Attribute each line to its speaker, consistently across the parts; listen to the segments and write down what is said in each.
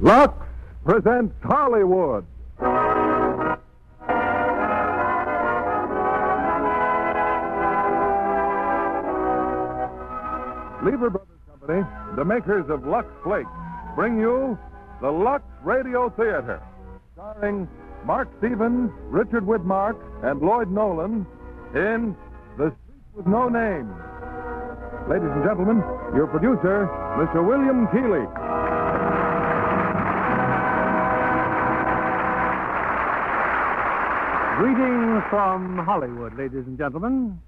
Speaker 1: Lux presents Hollywood. Lever Brothers Company, the makers of Lux Flakes, bring you the Lux Radio Theater, starring Mark Stevens, Richard Widmark, and Lloyd Nolan in The Street with No Name. Ladies and gentlemen, your producer, Mr. William Keeley.
Speaker 2: Greetings from Hollywood, ladies and gentlemen.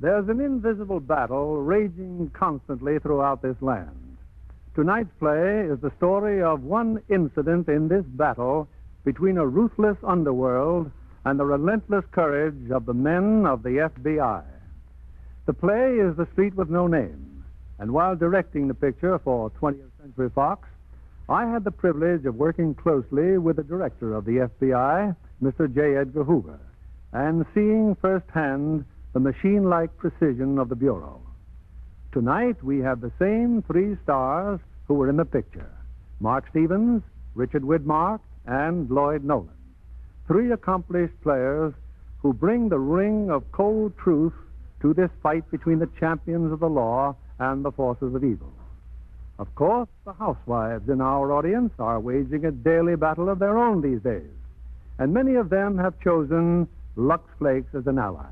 Speaker 2: There's an invisible battle raging constantly throughout this land. Tonight's play is the story of one incident in this battle between a ruthless underworld and the relentless courage of the men of the FBI. The play is The Street with No Name, and while directing the picture for 20th Century Fox, I had the privilege of working closely with the director of the FBI, Mr. J. Edgar Hoover, and seeing firsthand the machine like precision of the Bureau. Tonight, we have the same three stars who were in the picture Mark Stevens, Richard Widmark, and Lloyd Nolan. Three accomplished players who bring the ring of cold truth to this fight between the champions of the law and the forces of evil. Of course, the housewives in our audience are waging a daily battle of their own these days, and many of them have chosen Lux Flakes as an ally.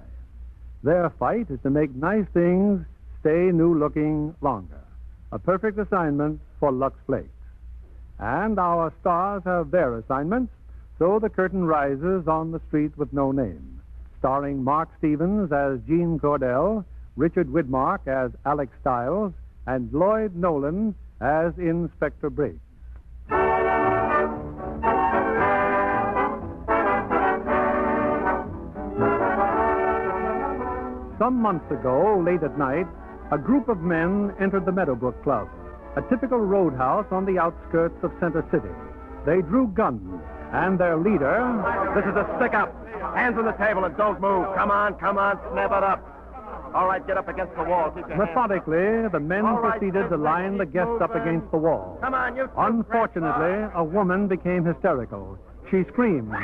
Speaker 2: Their fight is to make nice things stay new looking longer. A perfect assignment for Lux Flakes. And our stars have their assignments, so the curtain rises on The Street with No Name, starring Mark Stevens as Gene Cordell, Richard Widmark as Alex Stiles, and Lloyd Nolan as Inspector Briggs. Some months ago, late at night, a group of men entered the Meadowbrook Club, a typical roadhouse on the outskirts of Center City. They drew guns, and their leader.
Speaker 3: This is a stick up. Hands on the table and don't move. Come on, come on, snap it up. All right, get up against the wall. Keep your hands-
Speaker 2: Methodically, the men
Speaker 3: All right,
Speaker 2: proceeded to
Speaker 3: sister,
Speaker 2: line the
Speaker 3: keep
Speaker 2: guests up
Speaker 3: moving.
Speaker 2: against the wall.
Speaker 3: Come on, you. two
Speaker 2: Unfortunately, a woman became hysterical. She screamed.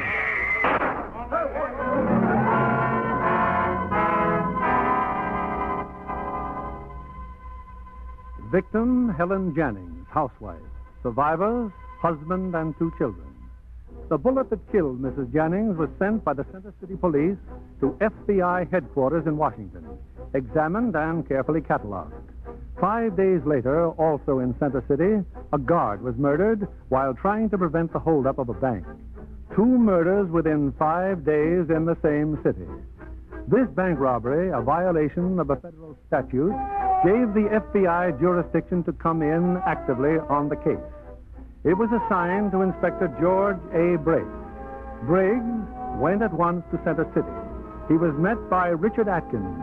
Speaker 2: Victim Helen Jannings, housewife. Survivors, husband and two children. The bullet that killed Mrs. Jannings was sent by the Center City Police to FBI headquarters in Washington, examined and carefully cataloged. Five days later, also in Center City, a guard was murdered while trying to prevent the holdup of a bank. Two murders within five days in the same city. This bank robbery, a violation of a federal statute, gave the FBI jurisdiction to come in actively on the case. It was assigned to Inspector George A. Briggs. Briggs went at once to Center City. He was met by Richard Atkins,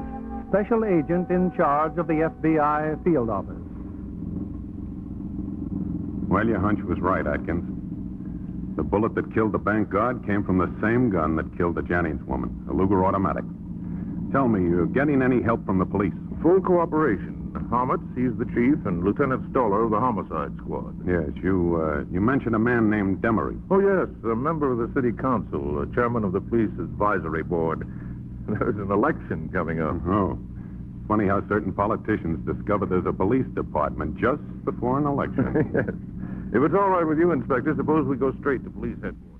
Speaker 2: special agent in charge of the FBI field office.
Speaker 4: Well, your hunch was right, Atkins. The bullet that killed the bank guard came from the same gun that killed the Jannings woman, a Luger automatic. Tell me, you're getting any help from the police?
Speaker 1: Full cooperation. Hommett, he's the chief, and Lieutenant Stoller of the Homicide Squad.
Speaker 4: Yes, you uh, you mentioned a man named Demery.
Speaker 1: Oh, yes, a member of the city council, a chairman of the police advisory board. There's an election coming up.
Speaker 4: Oh, funny how certain politicians discover there's a police department just before an election.
Speaker 1: yes.
Speaker 5: If it's all right with you, Inspector, suppose we go straight to police headquarters.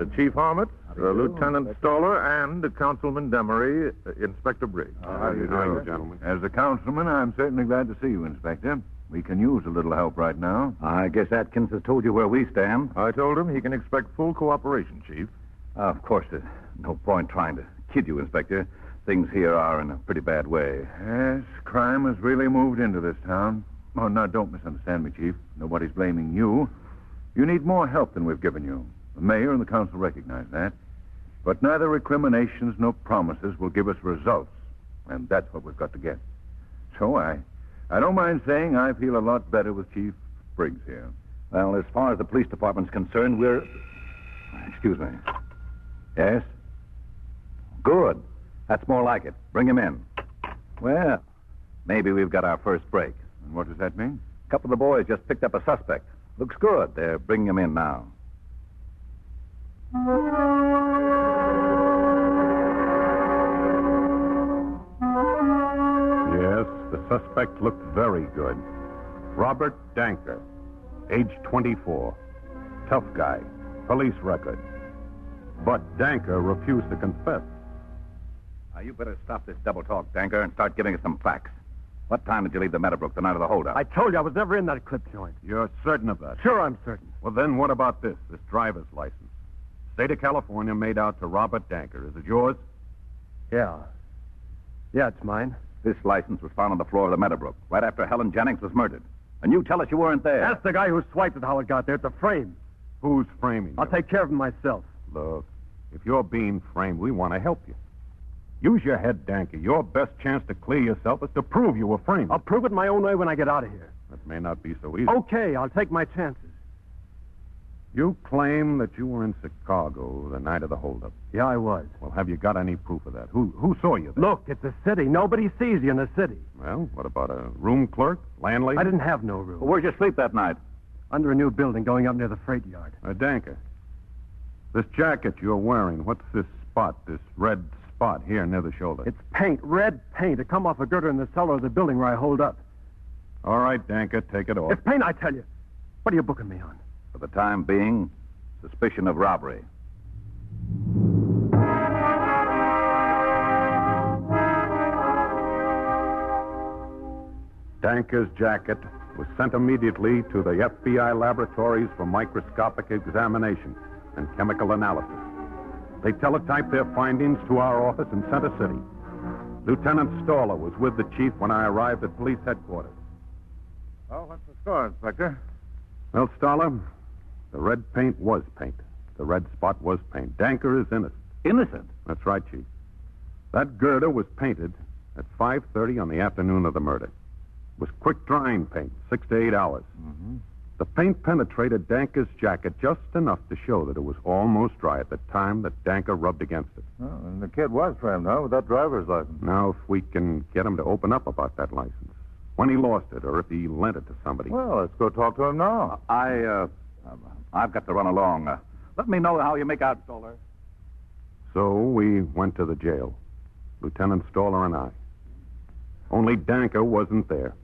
Speaker 5: Uh, Chief Harmot, uh, Lieutenant Stoller, and Councilman Demery, uh, Inspector Briggs.
Speaker 2: How do you do, gentlemen?
Speaker 6: As a councilman, I'm certainly glad to see you, Inspector. We can use a little help right now.
Speaker 3: I guess Atkins has told you where we stand.
Speaker 5: I told him he can expect full cooperation, Chief.
Speaker 3: Uh, of course, there's no point trying to kid you, Inspector. Things here are in a pretty bad way.
Speaker 6: Yes, crime has really moved into this town. Oh, now, don't misunderstand me, Chief. Nobody's blaming you. You need more help than we've given you. The mayor and the council recognize that. But neither recriminations nor promises will give us results. And that's what we've got to get. So I, I don't mind saying I feel a lot better with Chief Briggs here.
Speaker 3: Well, as far as the police department's concerned, we're. Excuse me. Yes? Good. That's more like it. Bring him in. Well, maybe we've got our first break.
Speaker 6: And what does that mean?
Speaker 3: A couple of the boys just picked up a suspect. Looks good. They're bringing him in now.
Speaker 2: Yes, the suspect looked very good. Robert Danker, age 24. Tough guy, police record. But Danker refused to confess.
Speaker 3: Now, you better stop this double talk, Danker, and start giving us some facts. What time did you leave the Meadowbrook the night of the holdup?
Speaker 7: I told you I was never in that clip joint.
Speaker 2: You're certain of that?
Speaker 7: Sure, I'm certain.
Speaker 2: Well, then what about this, this driver's license? State of California made out to Robert Danker. Is it yours?
Speaker 7: Yeah. Yeah, it's mine.
Speaker 3: This license was found on the floor of the Meadowbrook right after Helen Jennings was murdered. And you tell us you weren't there.
Speaker 7: Ask the guy who swiped it how it got there. It's a frame.
Speaker 2: Who's framing
Speaker 7: I'll
Speaker 2: you?
Speaker 7: take care of him myself.
Speaker 2: Look, if you're being framed, we want to help you. Use your head, Danker. Your best chance to clear yourself is to prove you were framed.
Speaker 7: I'll prove it my own way when I get out of here.
Speaker 2: That may not be so easy.
Speaker 7: Okay, I'll take my chances.
Speaker 2: You claim that you were in Chicago the night of the holdup.
Speaker 7: Yeah, I was.
Speaker 2: Well, have you got any proof of that? Who who saw you there?
Speaker 7: Look, it's a city. Nobody sees you in a city.
Speaker 2: Well, what about a room clerk, landlady?
Speaker 7: I didn't have no room.
Speaker 3: Where'd you sleep that night?
Speaker 7: Under a new building going up near the freight yard.
Speaker 2: Uh, Danker, this jacket you're wearing, what's this spot, this red spot here near the shoulder?
Speaker 7: It's paint, red paint. It come off a girder in the cellar of the building where I hold up.
Speaker 2: All right, Danker, take it off.
Speaker 7: It's paint, I tell you. What are you booking me on?
Speaker 3: For the time being, suspicion of robbery.
Speaker 2: Danker's jacket was sent immediately to the FBI laboratories for microscopic examination and chemical analysis. They teletyped their findings to our office in Center City. Lieutenant Stoller was with the chief when I arrived at police headquarters.
Speaker 5: Well, what's the score, Inspector?
Speaker 2: Well, Stoller, the red paint was paint. The red spot was paint. Danker is innocent.
Speaker 3: Innocent.
Speaker 2: That's right, Chief. That girder was painted at 5.30 on the afternoon of the murder. It was quick-drying paint, six to eight hours. The paint penetrated Danker's jacket just enough to show that it was almost dry at the time that Danker rubbed against it.
Speaker 5: Oh, and the kid was framed, huh, with that driver's license.
Speaker 2: Now, if we can get him to open up about that license, when he lost it, or if he lent it to somebody.
Speaker 5: Well, let's go talk to him now.
Speaker 3: I, uh, I've got to run along. Uh, let me know how you make out, Stoller.
Speaker 2: So we went to the jail, Lieutenant Stoller and I. Only Danker wasn't there.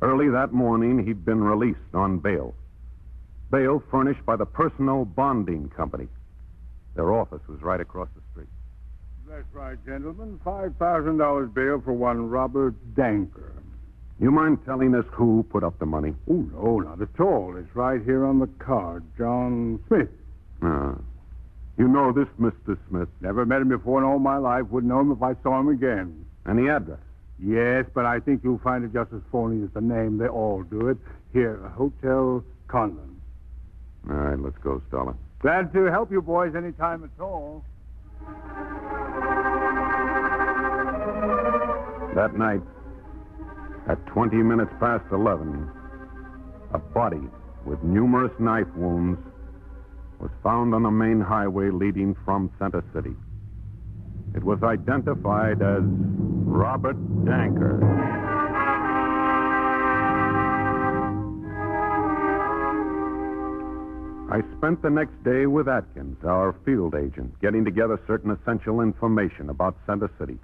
Speaker 2: Early that morning, he'd been released on bail. Bail furnished by the Personal Bonding Company. Their office was right across the street.
Speaker 8: That's right, gentlemen. $5,000 bail for one Robert Danker.
Speaker 2: You mind telling us who put up the money?
Speaker 8: Oh, no, not at all. It's right here on the card. John Smith.
Speaker 2: Ah. you know this Mr. Smith.
Speaker 8: Never met him before in all my life. Wouldn't know him if I saw him again.
Speaker 2: Any address?
Speaker 8: Yes, but I think you'll find it just as phony as the name. They all do it. Here, Hotel Conlon.
Speaker 2: All right, let's go, Stoller.
Speaker 8: Glad to help you boys any time at all.
Speaker 2: That night, at 20 minutes past 11, a body with numerous knife wounds was found on the main highway leading from Center City. It was identified as Robert Danker. I spent the next day with Atkins, our field agent, getting together certain essential information about Center City.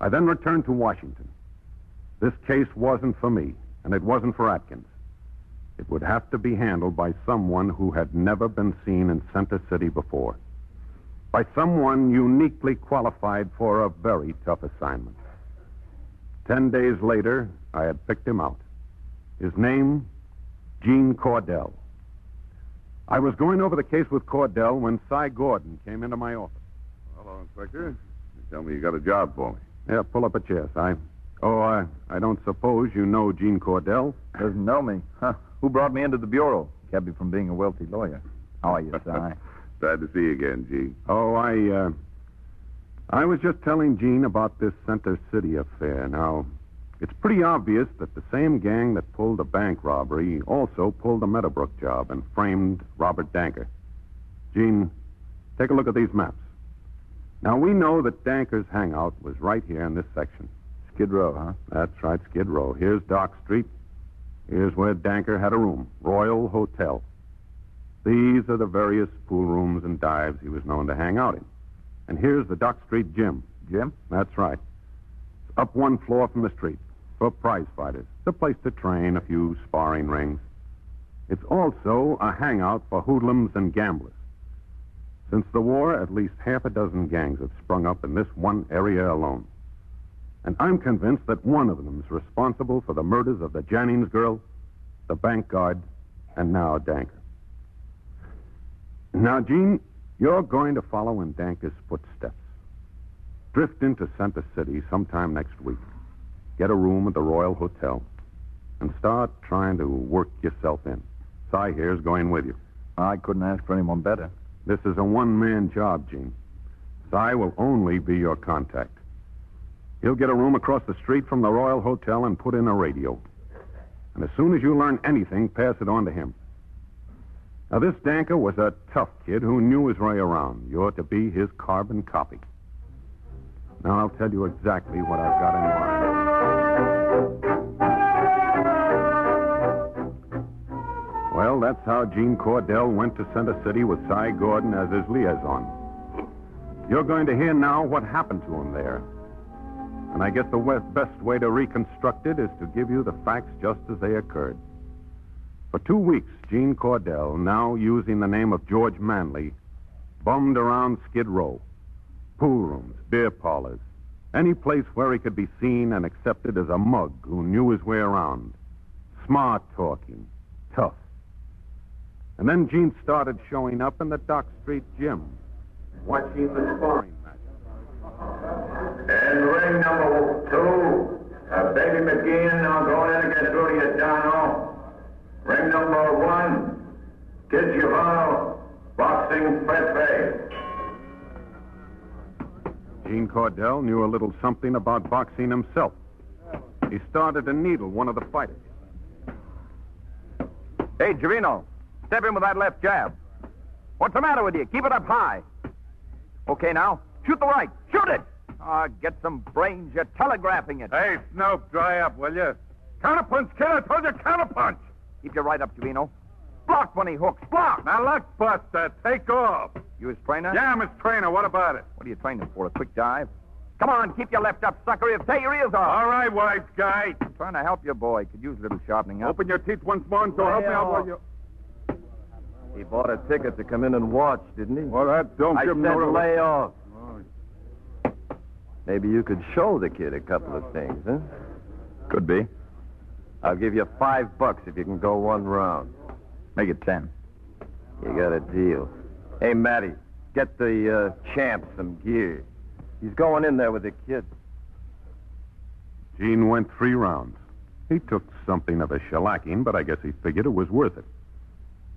Speaker 2: I then returned to Washington. This case wasn't for me, and it wasn't for Atkins. It would have to be handled by someone who had never been seen in Center City before. By someone uniquely qualified for a very tough assignment. Ten days later, I had picked him out. His name, Gene Cordell. I was going over the case with Cordell when Cy Gordon came into my office.
Speaker 1: Hello, Inspector. You tell me you got a job for me.
Speaker 2: Yeah, pull up a chair, Si. Oh, I, I don't suppose you know Gene Cordell.
Speaker 9: Doesn't know me. Huh. Who brought me into the Bureau? Kept me from being a wealthy lawyer. Oh, How are you, Si?
Speaker 1: Glad to see you again, Gene.
Speaker 2: Oh, I, uh, I was just telling Gene about this Center City affair. Now, it's pretty obvious that the same gang that pulled the bank robbery also pulled the Meadowbrook job and framed Robert Danker. Gene, take a look at these maps. Now, we know that Danker's hangout was right here in this section.
Speaker 9: Skid Row, huh?
Speaker 2: That's right, Skid Row. Here's Dock Street. Here's where Danker had a room, Royal Hotel. These are the various pool rooms and dives he was known to hang out in. And here's the Dock Street gym.
Speaker 9: Jim?
Speaker 2: That's right. It's up one floor from the street for prize fighters. It's a place to train, a few sparring rings. It's also a hangout for hoodlums and gamblers. Since the war, at least half a dozen gangs have sprung up in this one area alone. And I'm convinced that one of them is responsible for the murders of the Jannings girl, the bank guard, and now Danker. Now, Gene, you're going to follow in Danker's footsteps. Drift into Center City sometime next week. Get a room at the Royal Hotel. And start trying to work yourself in. Si here's going with you.
Speaker 9: I couldn't ask for anyone better.
Speaker 2: This is a one man job, Gene. Si will only be your contact. He'll get a room across the street from the Royal Hotel and put in a radio. And as soon as you learn anything, pass it on to him. Now, this Danker was a tough kid who knew his way around. You're to be his carbon copy. Now, I'll tell you exactly what I've got in mind. Well, that's how Gene Cordell went to Center City with Cy Gordon as his liaison. You're going to hear now what happened to him there. And I guess the we- best way to reconstruct it is to give you the facts just as they occurred. For two weeks, Gene Cordell, now using the name of George Manley, bummed around Skid Row. Pool rooms, beer parlors, any place where he could be seen and accepted as a mug who knew his way around. Smart talking, tough. And then Gene started showing up in the Dock Street gym, watching the sparring match.
Speaker 10: And ring number two, uh, Baby McGee, now go in and get through to your Dono. Ring number one, Kid Giovanni, boxing Fred Bay.
Speaker 2: Gene Cordell knew a little something about boxing himself. He started to needle one of the fighters.
Speaker 9: Hey, Gerino, step in with that left jab. What's the matter with you? Keep it up high. Okay, now, shoot the right. Shoot it! Ah, get some brains. You're telegraphing it.
Speaker 11: Hey, Snoop, dry up, will you? Counterpunch, kid. I told you counterpunch.
Speaker 9: Keep your right up, Gerino. Block when he hooks. Block!
Speaker 11: Now, look, Buster, take off.
Speaker 9: You his trainer?
Speaker 11: Yeah, I'm his trainer. What about it?
Speaker 9: What are you training for? A quick dive? Come on, keep your left up, sucker. He'll tear your ears off.
Speaker 11: All right, wise guy.
Speaker 9: I'm trying to help your boy. Could use a little sharpening up.
Speaker 11: Open your teeth once more and so help me out while you...
Speaker 3: He bought a ticket to come in and watch, didn't he?
Speaker 11: Well, that don't
Speaker 3: I
Speaker 11: give
Speaker 3: said
Speaker 11: him no... rel-
Speaker 3: lay off. Maybe you could show the kid a couple of things, huh?
Speaker 9: Could be.
Speaker 3: I'll give you five bucks if you can go one round.
Speaker 9: Make it ten.
Speaker 3: You got a deal. Hey, Matty, get the uh, champ some gear. He's going in there with the kid.
Speaker 2: Gene went three rounds. He took something of a shellacking, but I guess he figured it was worth it.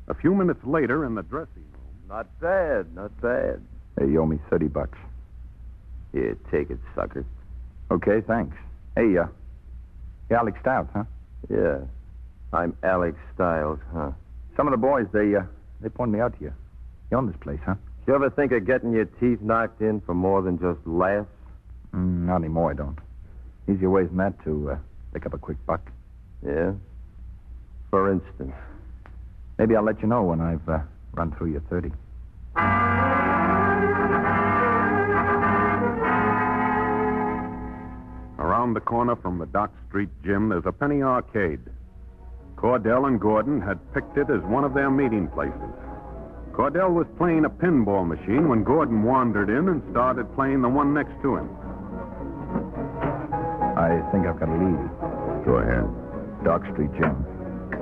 Speaker 2: A few minutes later, in the dressing room,
Speaker 3: Not bad, not bad.
Speaker 9: Hey, you owe me 30 bucks.
Speaker 3: Here, take it, sucker.
Speaker 9: Okay, thanks. Hey, uh, you Alex Stout, huh?
Speaker 3: Yeah. I'm Alex Stiles, huh?
Speaker 9: Some of the boys, they, uh, they pointed me out to you. You own this place, huh?
Speaker 3: You ever think of getting your teeth knocked in for more than just laughs?
Speaker 9: Mm, not anymore, I don't. Easier ways than that to uh, pick up a quick buck.
Speaker 3: Yeah? For instance.
Speaker 9: Maybe I'll let you know when I've uh, run through your 30.
Speaker 2: around Around the corner from the Dock Street gym, there's a penny arcade. Cordell and Gordon had picked it as one of their meeting places. Cordell was playing a pinball machine when Gordon wandered in and started playing the one next to him.
Speaker 9: I think I've got to leave. Go ahead. Dock Street Gym.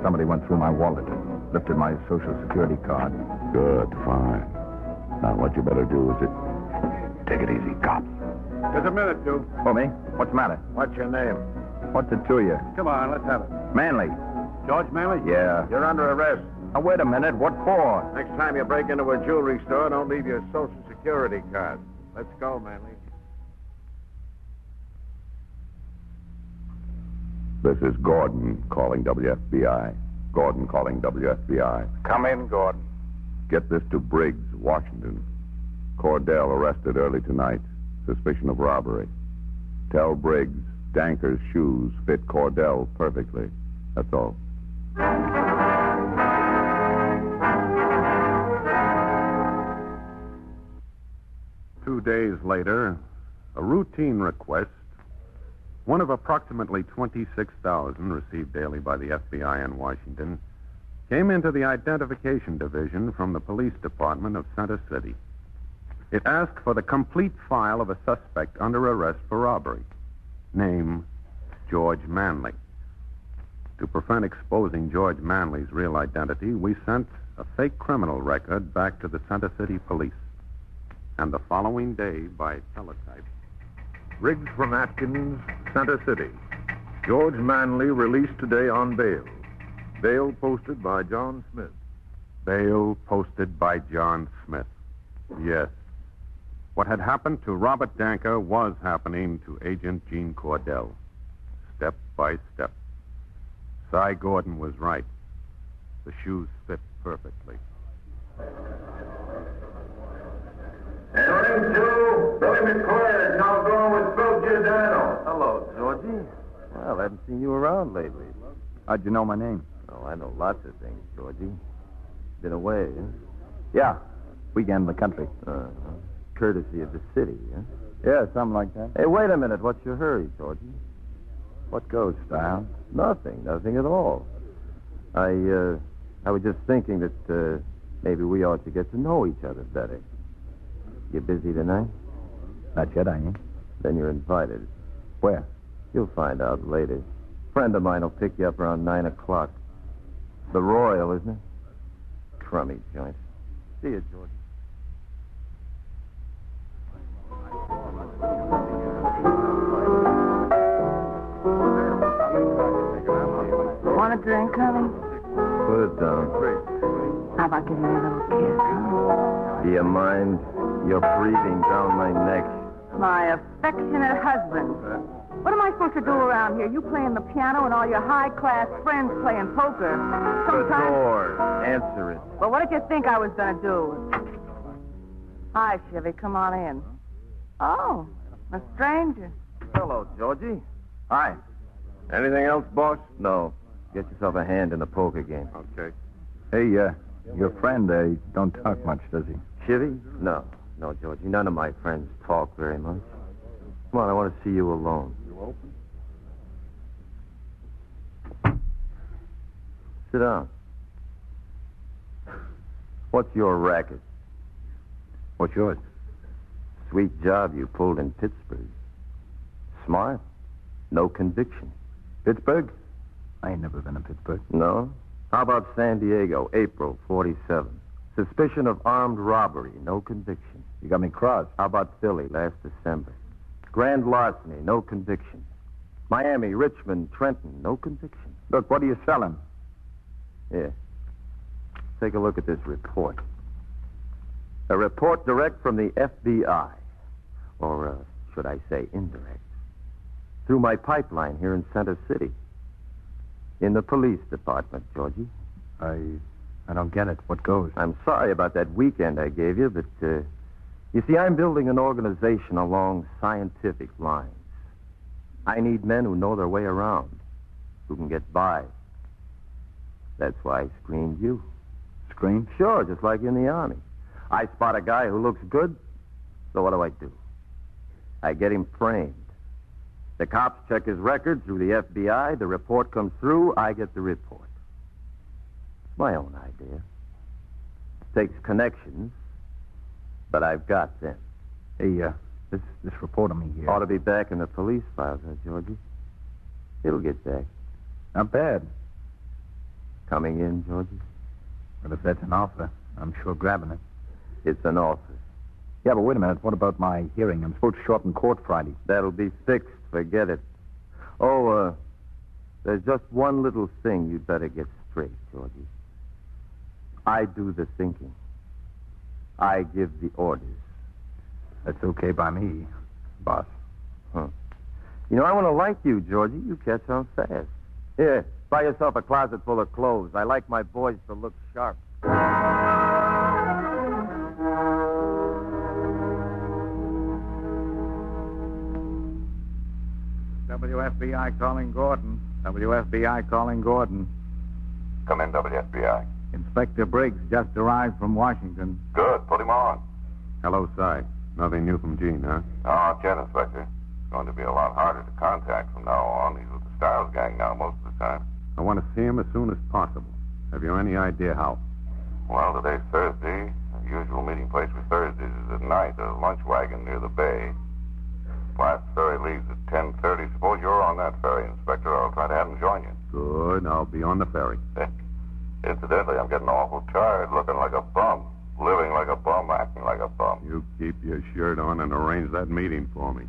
Speaker 9: Somebody went through my wallet, lifted my Social Security card.
Speaker 12: Good, fine. Now, what you better do is it. Take it easy, cops.
Speaker 9: Just a minute, Duke. For Oh, me? What's the matter? What's your name? What's it to you?
Speaker 11: Come on, let's have it.
Speaker 9: Manley.
Speaker 11: George Manley?
Speaker 9: Yeah.
Speaker 3: You're under arrest.
Speaker 9: Now, wait a minute. What for?
Speaker 3: Next time you break into a jewelry store, don't leave your social security card. Let's go, Manley.
Speaker 12: This is Gordon calling WFBI. Gordon calling WFBI.
Speaker 9: Come in, Gordon.
Speaker 12: Get this to Briggs, Washington. Cordell arrested early tonight. Suspicion of robbery. Tell Briggs Danker's shoes fit Cordell perfectly. That's all.
Speaker 2: Two days later, a routine request, one of approximately 26,000 received daily by the FBI in Washington, came into the Identification Division from the Police Department of Center City. It asked for the complete file of a suspect under arrest for robbery. Name, George Manley. To prevent exposing George Manley's real identity, we sent a fake criminal record back to the Center City Police. And the following day, by teletype,
Speaker 13: Briggs from Atkins, Center City. George Manley released today on bail. Bail posted by John Smith.
Speaker 2: bail posted by John Smith. Yes. What had happened to Robert Danker was happening to Agent Gene Cordell, step by step. Cy Gordon was right. The shoes fit perfectly.
Speaker 10: And ring two, Billy McQuaid, now going with Bill Giordano.
Speaker 3: Hello, Georgie. Well, I haven't seen you around lately.
Speaker 9: How'd you know my name?
Speaker 3: Oh, I know lots of things, Georgie. Been away, huh?
Speaker 9: Yeah. Weekend in the country.
Speaker 3: Uh, courtesy of the city, huh?
Speaker 9: Yeah, something like that.
Speaker 3: Hey, wait a minute. What's your hurry, Georgie? What goes, Style? Nothing, nothing at all. I, uh, I was just thinking that uh, maybe we ought to get to know each other better. You busy tonight?
Speaker 9: Not yet, I ain't.
Speaker 3: Then you're invited.
Speaker 9: Where?
Speaker 3: You'll find out later. Friend of mine will pick you up around nine o'clock. The Royal, isn't it? Crummy joint. See you, Georgie.
Speaker 14: Want a drink, honey?
Speaker 3: Put it down.
Speaker 14: How about giving me a little kiss?
Speaker 3: Do you mind? You're breathing down my neck.
Speaker 14: My affectionate husband. What am I supposed to do around here? You playing the piano and all your high-class friends playing poker.
Speaker 3: The
Speaker 14: Sometimes...
Speaker 3: door. Answer it.
Speaker 14: Well, what did you think I was going to do? Hi, Chevy. Come on in. Oh, a stranger.
Speaker 3: Hello, Georgie.
Speaker 9: Hi.
Speaker 3: Anything else, boss? No. Get yourself a hand in the poker game.
Speaker 2: Okay.
Speaker 9: Hey, uh, your friend, uh, don't talk much, does he?
Speaker 3: Chivy? No. No, Georgie. None of my friends talk very much. Come on, I want to see you alone. You open? Sit down. What's your racket?
Speaker 9: What's yours?
Speaker 3: Sweet job you pulled in Pittsburgh. Smart. No conviction. Pittsburgh?
Speaker 9: I ain't never been to Pittsburgh.
Speaker 3: No. How about San Diego, April 47? Suspicion of armed robbery, no conviction.
Speaker 9: You got me crossed.
Speaker 3: How about Philly last December? Grand larceny, no conviction. Miami, Richmond, Trenton, no conviction.
Speaker 9: Look, what are you selling?
Speaker 3: Here. Take a look at this report. A report direct from the FBI. Or, uh, should I say, indirect. Through my pipeline here in Center City. In the police department, Georgie.
Speaker 9: I, I don't get it. What goes?
Speaker 3: I'm sorry about that weekend I gave you, but uh, you see, I'm building an organization along scientific lines. I need men who know their way around, who can get by. That's why I screened you.
Speaker 9: Screen?
Speaker 3: Sure, just like in the army. I spot a guy who looks good, so what do I do? I get him framed. The cops check his record through the FBI. The report comes through. I get the report. My own idea. Takes connections, but I've got them.
Speaker 15: Hey, uh, this, this report on me here.
Speaker 3: Ought to be back in the police files, huh, Georgie? It'll get back.
Speaker 15: Not bad.
Speaker 3: Coming in, Georgie?
Speaker 15: Well, if that's an offer, I'm sure grabbing it.
Speaker 3: It's an offer.
Speaker 15: Yeah, but wait a minute. What about my hearing? I'm supposed to show up in court Friday.
Speaker 3: That'll be fixed. Forget it. Oh, uh, there's just one little thing you'd better get straight, Georgie. I do the thinking. I give the orders.
Speaker 15: That's okay by me, boss.
Speaker 3: Huh. Hmm. You know, I want to like you, Georgie. You catch on fast. Here, buy yourself a closet full of clothes. I like my boys to look sharp.
Speaker 16: WFBI calling Gordon. WFBI calling Gordon.
Speaker 4: Come in, WFBI.
Speaker 16: Inspector Briggs just arrived from Washington.
Speaker 4: Good. Put him on.
Speaker 2: Hello, Cy. Nothing new from Gene, huh?
Speaker 4: Oh, Ken, Inspector. It's going to be a lot harder to contact from now on. He's with the Styles gang now most of the time.
Speaker 2: I want to see him as soon as possible. Have you any idea how?
Speaker 4: Well, today's Thursday. The usual meeting place for Thursdays is at night, a lunch wagon near the bay. Last ferry leaves at 10.30. Suppose you're on that ferry, Inspector. I'll try to have him join you.
Speaker 2: Good. I'll be on the ferry.
Speaker 4: Incidentally, I'm getting awful tired looking like a bum, living like a bum, acting like a bum.
Speaker 2: You keep your shirt on and arrange that meeting for me.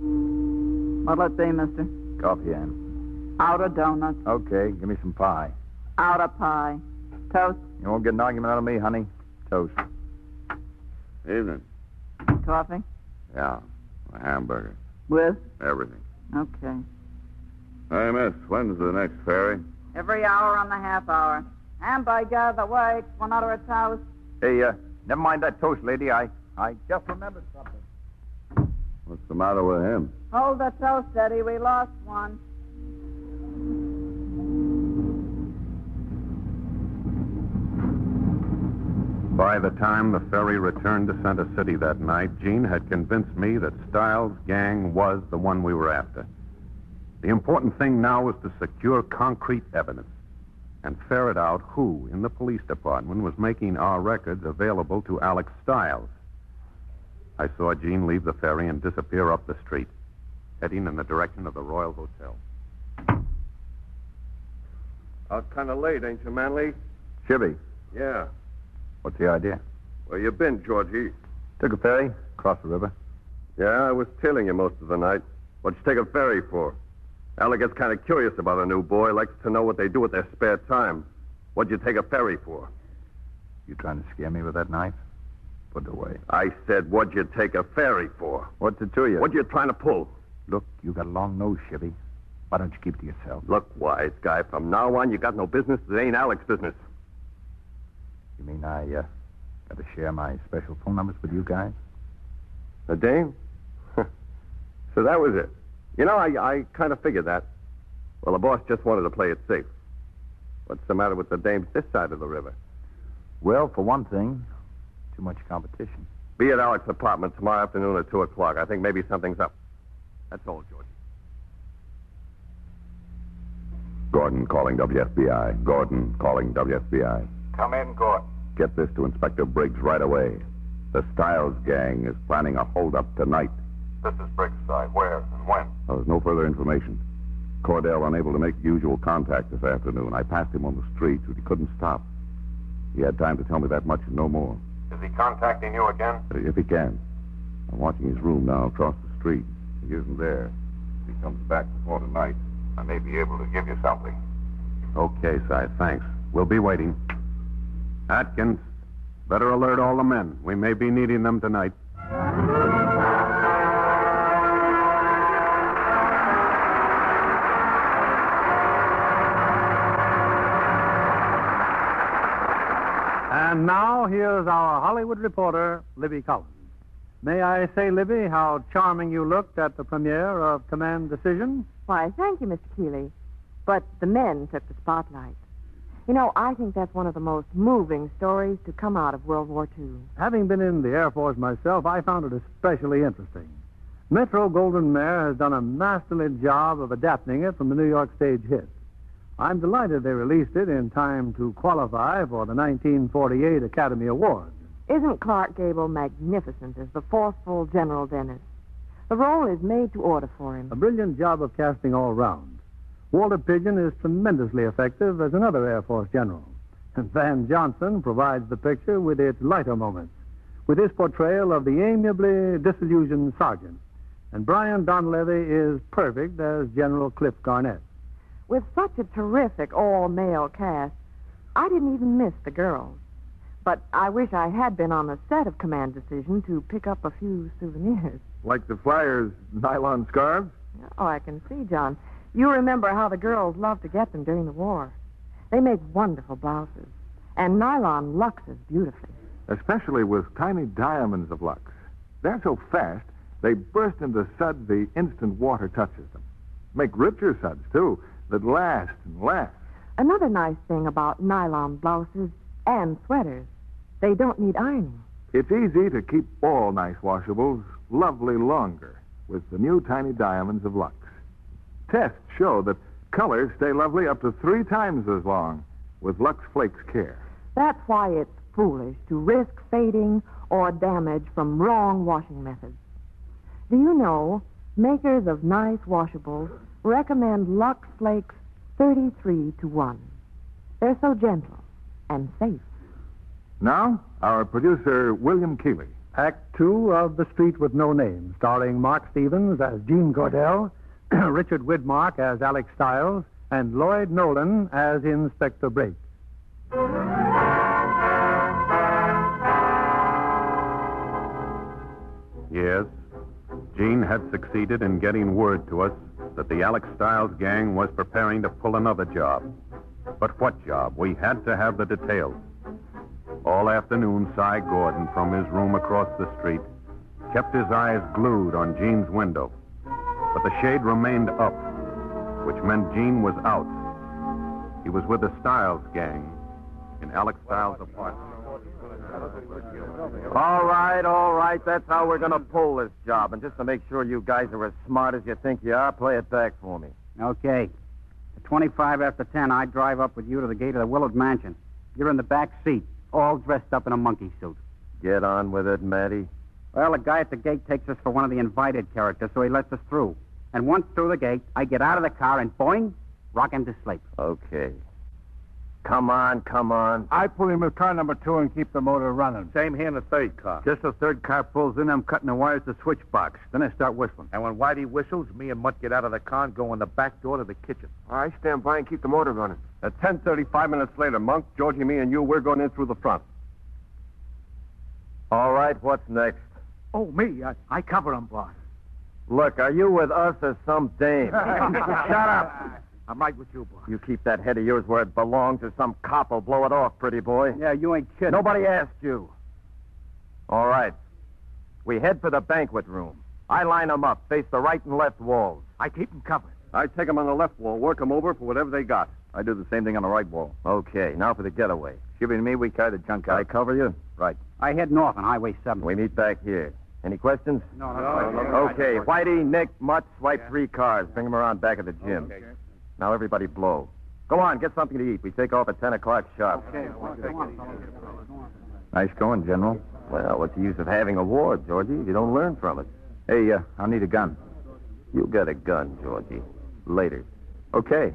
Speaker 17: What'll it be, mister?
Speaker 15: Coffee, Ann.
Speaker 17: Outer donuts,
Speaker 15: Okay, give me some pie.
Speaker 17: outer pie, toast,
Speaker 15: You won't get an argument out of me, honey. Toast.
Speaker 4: Evening.
Speaker 17: coffee.
Speaker 4: Yeah.
Speaker 2: A hamburger.
Speaker 17: With?
Speaker 4: Everything.
Speaker 17: Okay.
Speaker 4: Hey, miss, when's the next ferry?
Speaker 17: Every hour on the half hour. And by God, the white, one out of its house.
Speaker 15: Hey, uh, never mind that toast, lady. I, I just remembered something.
Speaker 4: What's the matter with him?
Speaker 17: Hold the toast, Eddie. We lost one.
Speaker 2: By the time the ferry returned to Center City that night, Gene had convinced me that Styles' gang was the one we were after. The important thing now was to secure concrete evidence and ferret out who in the police department was making our records available to Alex Styles. I saw Gene leave the ferry and disappear up the street, heading in the direction of the Royal Hotel.
Speaker 18: Out kind of late, ain't you, Manley?
Speaker 15: Chivy,
Speaker 18: Yeah.
Speaker 15: what's the idea?
Speaker 18: Where you been, Georgie?
Speaker 15: Took a ferry, crossed the river.
Speaker 18: Yeah, I was tailing you most of the night. What'd you take a ferry for? Alec gets kind of curious about a new boy, likes to know what they do with their spare time. What'd you take a ferry for?
Speaker 15: You trying to scare me with that knife? Put it away.
Speaker 18: I said, what'd you take a ferry for?
Speaker 15: What's it to you?
Speaker 18: What you trying to pull?
Speaker 15: Look, you got a long nose, Chivy. Why don't you keep it to yourself?
Speaker 18: Look, wise guy, from now on you got no business that ain't Alec's business.
Speaker 15: You mean I uh, got to share my special phone numbers with you guys?
Speaker 18: The dame? Uh, so that was it. You know, I, I kind of figured that. Well, the boss just wanted to play it safe. What's the matter with the dames this side of the river?
Speaker 15: Well, for one thing, too much competition.
Speaker 18: Be at Alec's apartment tomorrow afternoon at 2 o'clock. I think maybe something's up. That's all, George.
Speaker 4: Gordon calling WFBI. Gordon calling WFBI.
Speaker 19: Come in, Gordon.
Speaker 4: Get this to Inspector Briggs right away. The Styles gang is planning a holdup tonight.
Speaker 19: This is Briggside. Where and when?
Speaker 4: There was no further information. Cordell unable to make usual contact this afternoon. I passed him on the street, but he couldn't stop. He had time to tell me that much and no more.
Speaker 19: Is he contacting you again?
Speaker 4: If he can. I'm watching his room now across the street. He isn't there. If he comes back before tonight, I may be able to give you something.
Speaker 2: Okay, Si, thanks. We'll be waiting. Atkins, better alert all the men. We may be needing them tonight.
Speaker 16: And now here's our Hollywood reporter, Libby Collins. May I say, Libby, how charming you looked at the premiere of Command Decision?
Speaker 20: Why, thank you, Mr. Keeley. But the men took the spotlight.
Speaker 17: You know, I think that's one of the most moving stories to come out of World War II.
Speaker 2: Having been in the Air Force myself, I found it especially interesting. Metro Golden Mare has done a masterly job of adapting it from the New York stage hit. I'm delighted they released it in time to qualify for the 1948 Academy Award.
Speaker 17: Isn't Clark Gable magnificent as the forceful General Dennis? The role is made to order for him.
Speaker 2: A brilliant job of casting all round. Walter Pigeon is tremendously effective as another Air Force general. And Van Johnson provides the picture with its lighter moments, with his portrayal of the amiably disillusioned sergeant. And Brian Donlevy is perfect as General Cliff Garnett.
Speaker 17: With such a terrific all male cast, I didn't even miss the girls. But I wish I had been on the set of Command Decision to pick up a few souvenirs.
Speaker 21: Like the flyers, nylon scarves?
Speaker 17: Oh, I can see, John. You remember how the girls loved to get them during the war. They make wonderful blouses, and nylon luxes beautifully.
Speaker 22: especially with tiny diamonds of lux. They're so fast, they burst into suds the instant water touches them. Make richer suds, too, that last and last.
Speaker 17: Another nice thing about nylon blouses and sweaters, they don't need ironing.
Speaker 22: It's easy to keep all nice washables lovely longer with the new tiny diamonds of lux. Tests show that colors stay lovely up to three times as long with Lux Flakes Care.
Speaker 17: That's why it's foolish to risk fading or damage from wrong washing methods. Do you know, makers of nice washables recommend Lux Flakes 33 to 1. They're so gentle and safe.
Speaker 22: Now, our producer, William Keeley.
Speaker 2: Act two of The Street with No Name, starring Mark Stevens as Gene Cordell, Richard Widmark as Alex Stiles, and Lloyd Nolan as Inspector Briggs.
Speaker 23: Yes. Gene had succeeded in getting word to us that the Alex Stiles gang was preparing to pull another job. But what job? We had to have the details. All afternoon, Cy Gordon, from his room across the street, kept his eyes glued on Gene's window. But the shade remained up, which meant Gene was out. He was with the Stiles gang in Alex Stiles' apartment.
Speaker 3: All right, all right. That's how we're going to pull this job. And just to make sure you guys are as smart as you think you are, play it back for me.
Speaker 24: Okay. At 25 after 10, I drive up with you to the gate of the Willard Mansion. You're in the back seat, all dressed up in a monkey suit.
Speaker 3: Get on with it, Matty.
Speaker 24: Well, the guy at the gate takes us for one of the invited characters, so he lets us through. And once through the gate, I get out of the car and boing, rock him to sleep.
Speaker 3: Okay. Come on, come on.
Speaker 25: I pull him with car number two and keep the motor running. Same here in the third car. Just the third car pulls in, I'm cutting the wires to switch box. Then I start whistling. And when Whitey whistles, me and Mutt get out of the car and go in the back door to the kitchen.
Speaker 21: All right, stand by and keep the motor running. At 10.35 minutes later, Monk, Georgie, me, and you, we're going in through the front.
Speaker 3: All right, what's next?
Speaker 26: Oh, me. I, I cover 'em, boss.
Speaker 3: Look, are you with us or some dame?
Speaker 26: Shut up. I'm right with you, boss.
Speaker 3: You keep that head of yours where it belongs, or some cop will blow it off, pretty boy.
Speaker 24: Yeah, you ain't kidding.
Speaker 3: Nobody asked you. All right. We head for the banquet room. I line 'em up, face the right and left walls. I keep 'em covered.
Speaker 21: I take them on the left wall, work them over for whatever they got.
Speaker 3: I do the same thing on the right wall. Okay, now for the getaway.
Speaker 27: Shipping me, we carry the junk
Speaker 3: I cover you? Right.
Speaker 24: I head north on Highway 7.
Speaker 3: We meet back here. Any questions?
Speaker 24: No,
Speaker 3: no, Okay, Whitey, Nick, Mutt, swipe three cars. Bring 'em around back at the gym. Now everybody blow. Go on, get something to eat. We take off at 10 o'clock sharp.
Speaker 27: Nice going, General.
Speaker 3: Well, what's the use of having a war, Georgie, if you don't learn from it?
Speaker 27: Hey, uh, I'll need a gun.
Speaker 3: You got a gun, Georgie. Later.
Speaker 27: Okay.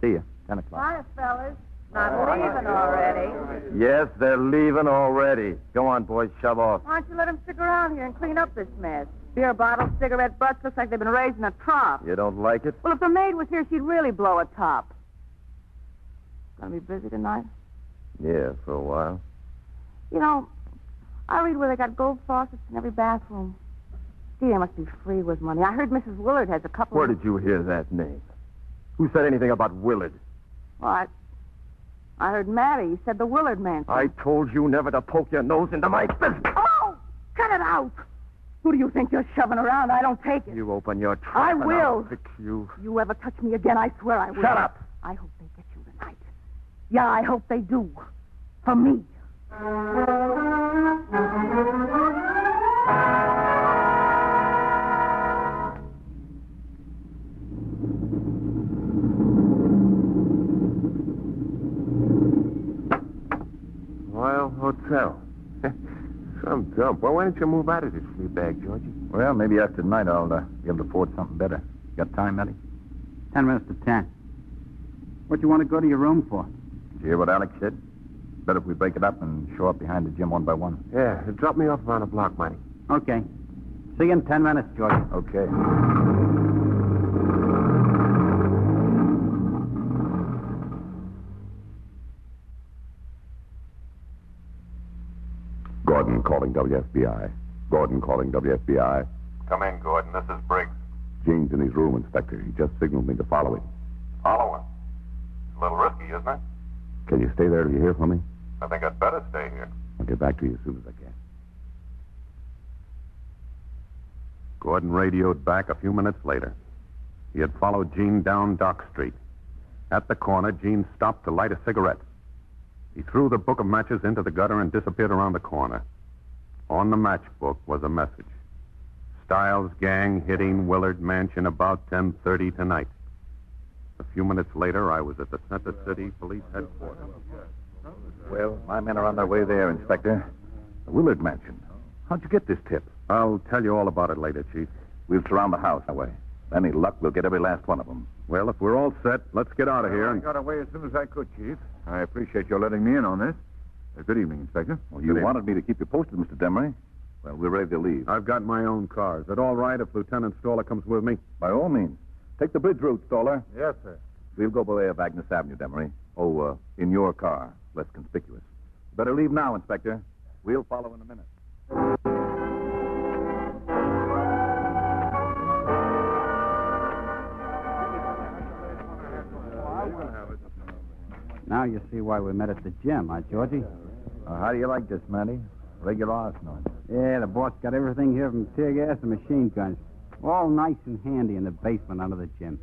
Speaker 27: See you. 10 o'clock.
Speaker 28: Hi, fellas. Not leaving already.
Speaker 3: Yes, they're leaving already. Go on, boys, shove off.
Speaker 28: Why don't you let 'em stick around here and clean up this mess? Beer bottles, cigarette butts, looks like they've been raised in a trough.
Speaker 3: You don't like it?
Speaker 28: Well, if the maid was here, she'd really blow a top. Gonna be busy tonight?
Speaker 3: Yeah, for a while.
Speaker 28: You know, I read where they got gold faucets in every bathroom. Gee, they must be free with money. I heard Mrs. Willard has a couple
Speaker 3: Where
Speaker 28: of...
Speaker 3: did you hear that name? Who said anything about Willard?
Speaker 28: Well, I, I heard Matty. He said the Willard man.
Speaker 3: I told you never to poke your nose into my business.
Speaker 28: Oh, cut it out. Who do you think you're shoving around? I don't take it.
Speaker 3: You open your trap.
Speaker 28: I
Speaker 3: and I'll
Speaker 28: will.
Speaker 3: fix you.
Speaker 28: You ever touch me again, I swear I will.
Speaker 3: Shut up.
Speaker 28: I hope they get you tonight.
Speaker 17: Yeah, I hope they do. For me.
Speaker 29: Royal Hotel. Some dump. Well, why don't you move out of this flea bag, Georgie?
Speaker 2: Well, maybe after tonight I'll uh, be able to afford something better. Got time, Ellie?
Speaker 3: Ten minutes to ten. What you want to go to your room for?
Speaker 2: Did you hear what Alex said? Better if we break it up and show up behind the gym one by one.
Speaker 29: Yeah, drop me off around the block, Mike.
Speaker 3: Okay. See you in ten minutes, George.
Speaker 2: Okay.
Speaker 30: Gordon calling WFBI. Gordon calling WFBI.
Speaker 4: Come in, Gordon. This is Briggs.
Speaker 30: Gene's in his room, Inspector. He just signaled me to follow him.
Speaker 4: Follow him. A little risky, isn't it?
Speaker 30: Can you stay there till you hear from me?
Speaker 4: I think I'd better stay here.
Speaker 30: I'll get back to you as soon as I can.
Speaker 31: Gordon radioed back a few minutes later. He had followed Gene down Dock Street. At the corner, Gene stopped to light a cigarette. He threw the book of matches into the gutter and disappeared around the corner. On the matchbook was a message. Stiles gang hitting Willard Mansion about 10:30 tonight. A few minutes later, I was at the Center City Police Headquarters.
Speaker 2: Well, my men are on their way there, Inspector. The Willard Mansion. How'd you get this tip?
Speaker 31: I'll tell you all about it later, Chief.
Speaker 2: We'll surround the house that way. Any luck, we'll get every last one of them.
Speaker 31: Well, if we're all set, let's get out of here.
Speaker 32: I
Speaker 31: And...
Speaker 32: got away as soon as I could, Chief. I appreciate your letting me in on this. Uh, good evening, Inspector.
Speaker 2: Well, you wanted me to keep you posted, Mr. Demery. Well, we're ready to leave.
Speaker 31: I've got my own car. Is it all right if Lieutenant Stoller comes with me?
Speaker 2: By all means. Take the bridge road, Stoller.
Speaker 32: Yes, sir.
Speaker 2: We'll go by way of Agnes Avenue, Demery. Oh, uh, in your car. Less conspicuous. Better leave now, Inspector. We'll follow in a minute.
Speaker 3: Now you see why we met at the gym, huh, Georgie?
Speaker 2: Uh, how do you like this, Matty? Regular arsenal.
Speaker 3: Yeah, the boss got everything here from tear gas to machine guns. All nice and handy in the basement under the gym.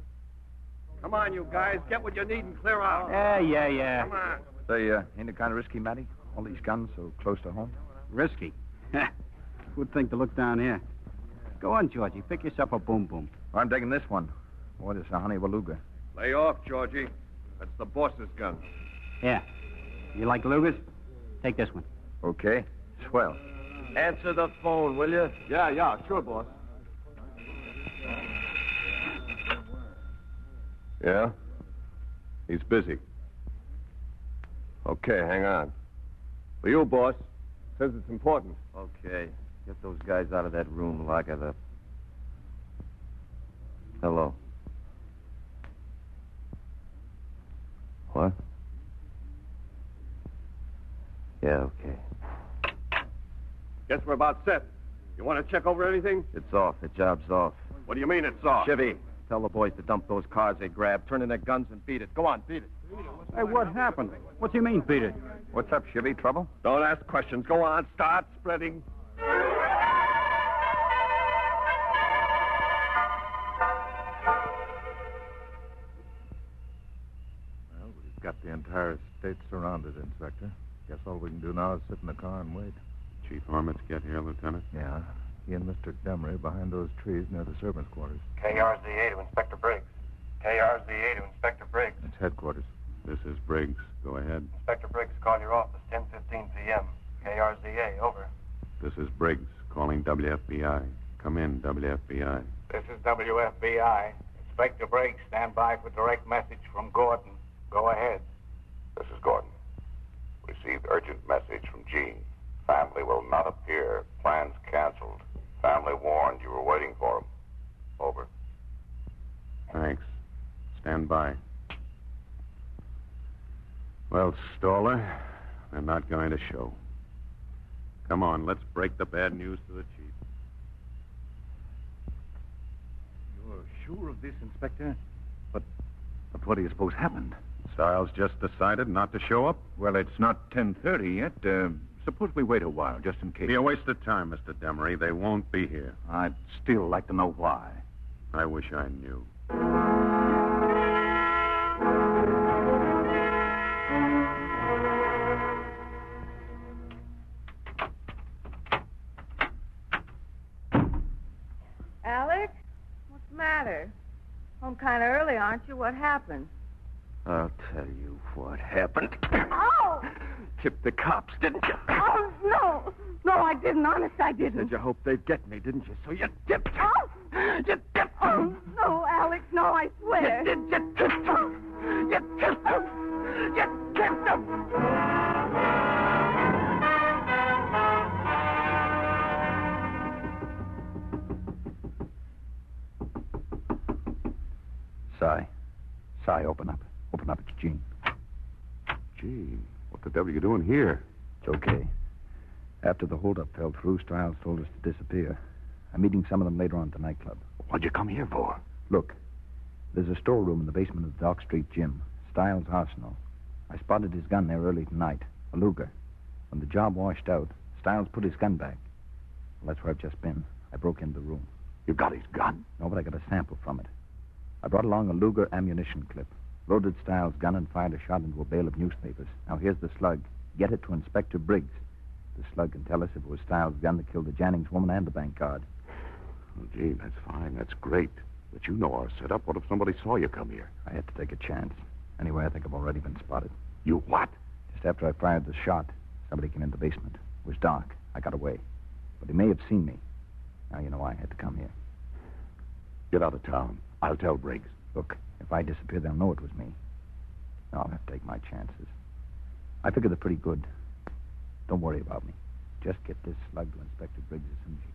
Speaker 33: Come on, you guys. Get what you need and clear out.
Speaker 2: Yeah, yeah, yeah.
Speaker 33: Come on.
Speaker 2: Say, uh, ain't it kind of risky, Matty? All these guns so close to home.
Speaker 3: Risky. Would think to look down here. Go on, Georgie. Pick yourself a boom boom.
Speaker 2: I'm taking this one. Boy, this is a honey beluga.
Speaker 4: Lay off, Georgie. That's the boss's gun.
Speaker 3: Here. You like Lugas? Take this one.
Speaker 2: Okay. Swell.
Speaker 4: Answer the phone, will you? Yeah, yeah, sure, boss.
Speaker 30: Yeah? He's busy.
Speaker 4: Okay, hang on.
Speaker 30: For you, boss. Says it's important.
Speaker 4: Okay. Get those guys out of that room, lock it up. Hello. What? Yeah, okay.
Speaker 33: Guess we're about set. You want to check over anything?
Speaker 4: It's off. The job's off.
Speaker 33: What do you mean it's off?
Speaker 4: Chevy, tell the boys to dump those cars they grabbed, turn in their guns, and beat it. Go on, beat it.
Speaker 3: Hey, what happened? What do you mean, beat it?
Speaker 2: What's up, Chevy? Trouble?
Speaker 4: Don't ask questions. Go on, start spreading.
Speaker 32: Well, we've got the entire state surrounded, Inspector. Guess all we can do now is sit in the car and wait.
Speaker 30: Chief Armit's get here, Lieutenant?
Speaker 32: Yeah. He and Mr. Demery behind those trees near the servants' quarters.
Speaker 4: KRZA to Inspector Briggs. KRZA to Inspector Briggs.
Speaker 32: It's headquarters.
Speaker 30: This is Briggs. Go ahead.
Speaker 4: Inspector Briggs, call your office, 10.15 p.m. KRZA, over.
Speaker 30: This is Briggs calling WFBI. Come in, WFBI.
Speaker 34: This is WFBI. Inspector Briggs, stand by for direct message from Gordon. Go ahead.
Speaker 35: This is Gordon. Received urgent message from Gene. Family will not appear. Plans canceled. Family warned you were waiting for him. Over.
Speaker 30: Thanks. Stand by. Well, Stoller, they're not going to show. Come on, let's break the bad news to the chief.
Speaker 2: You're sure of this, Inspector? But, but what do you suppose happened?
Speaker 30: Stiles just decided not to show up.
Speaker 32: Well, it's not 10.30 yet. Uh, suppose we wait a while, just in case.
Speaker 30: Be a waste of time, Mr. Demery. They won't be here.
Speaker 2: I'd still like to know why.
Speaker 30: I wish I knew.
Speaker 17: Alec? What's the matter? Home kind of early, aren't you? What happened?
Speaker 36: I'll tell you what happened.
Speaker 17: Oh!
Speaker 36: Tipped the cops, didn't you?
Speaker 17: Oh, no! No, I didn't. Honest, I
Speaker 36: Said
Speaker 17: didn't.
Speaker 36: you hoped they'd get me, didn't you? So you dipped.
Speaker 17: Oh!
Speaker 36: You dipped.
Speaker 17: Oh, no, Alec, no, I swear.
Speaker 36: You, you, you tipped them. You tipped them. You tipped them.
Speaker 37: Cy. Cy, open up. Open up. It's Gene.
Speaker 2: Gene, what the devil are you doing here?
Speaker 37: It's okay. After the holdup fell through, Stiles told us to disappear. I'm meeting some of them later on at the nightclub.
Speaker 36: What'd you come here for?
Speaker 37: Look, there's a storeroom in the basement of the Dock Street gym, Stiles' arsenal. I spotted his gun there early tonight, a Luger. When the job washed out, Stiles put his gun back. Well, that's where I've just been. I broke into the room.
Speaker 36: You got his gun?
Speaker 37: No, but I got a sample from it. I brought along a Luger ammunition clip, loaded Stiles' gun, and fired a shot into a bale of newspapers. Now, here's the slug. Get it to Inspector Briggs. The slug can tell us if it was Stiles' gun that killed the Jannings woman and the bank guard.
Speaker 2: Well, Gene, that's fine. That's great. But you know our setup. What if somebody saw you come here?
Speaker 37: I had to take a chance. Anyway, I think I've already been spotted.
Speaker 2: You what?
Speaker 37: Just after I fired the shot, somebody came in the basement. It was dark. I got away. But he may have seen me. Now you know why I had to come here.
Speaker 2: Get out of town. I'll tell Briggs.
Speaker 37: Look, if I disappear, they'll know it was me. No, I'll have to take my chances. I figure they're pretty good. Don't worry about me. Just get this slug to Inspector Briggs as soon as you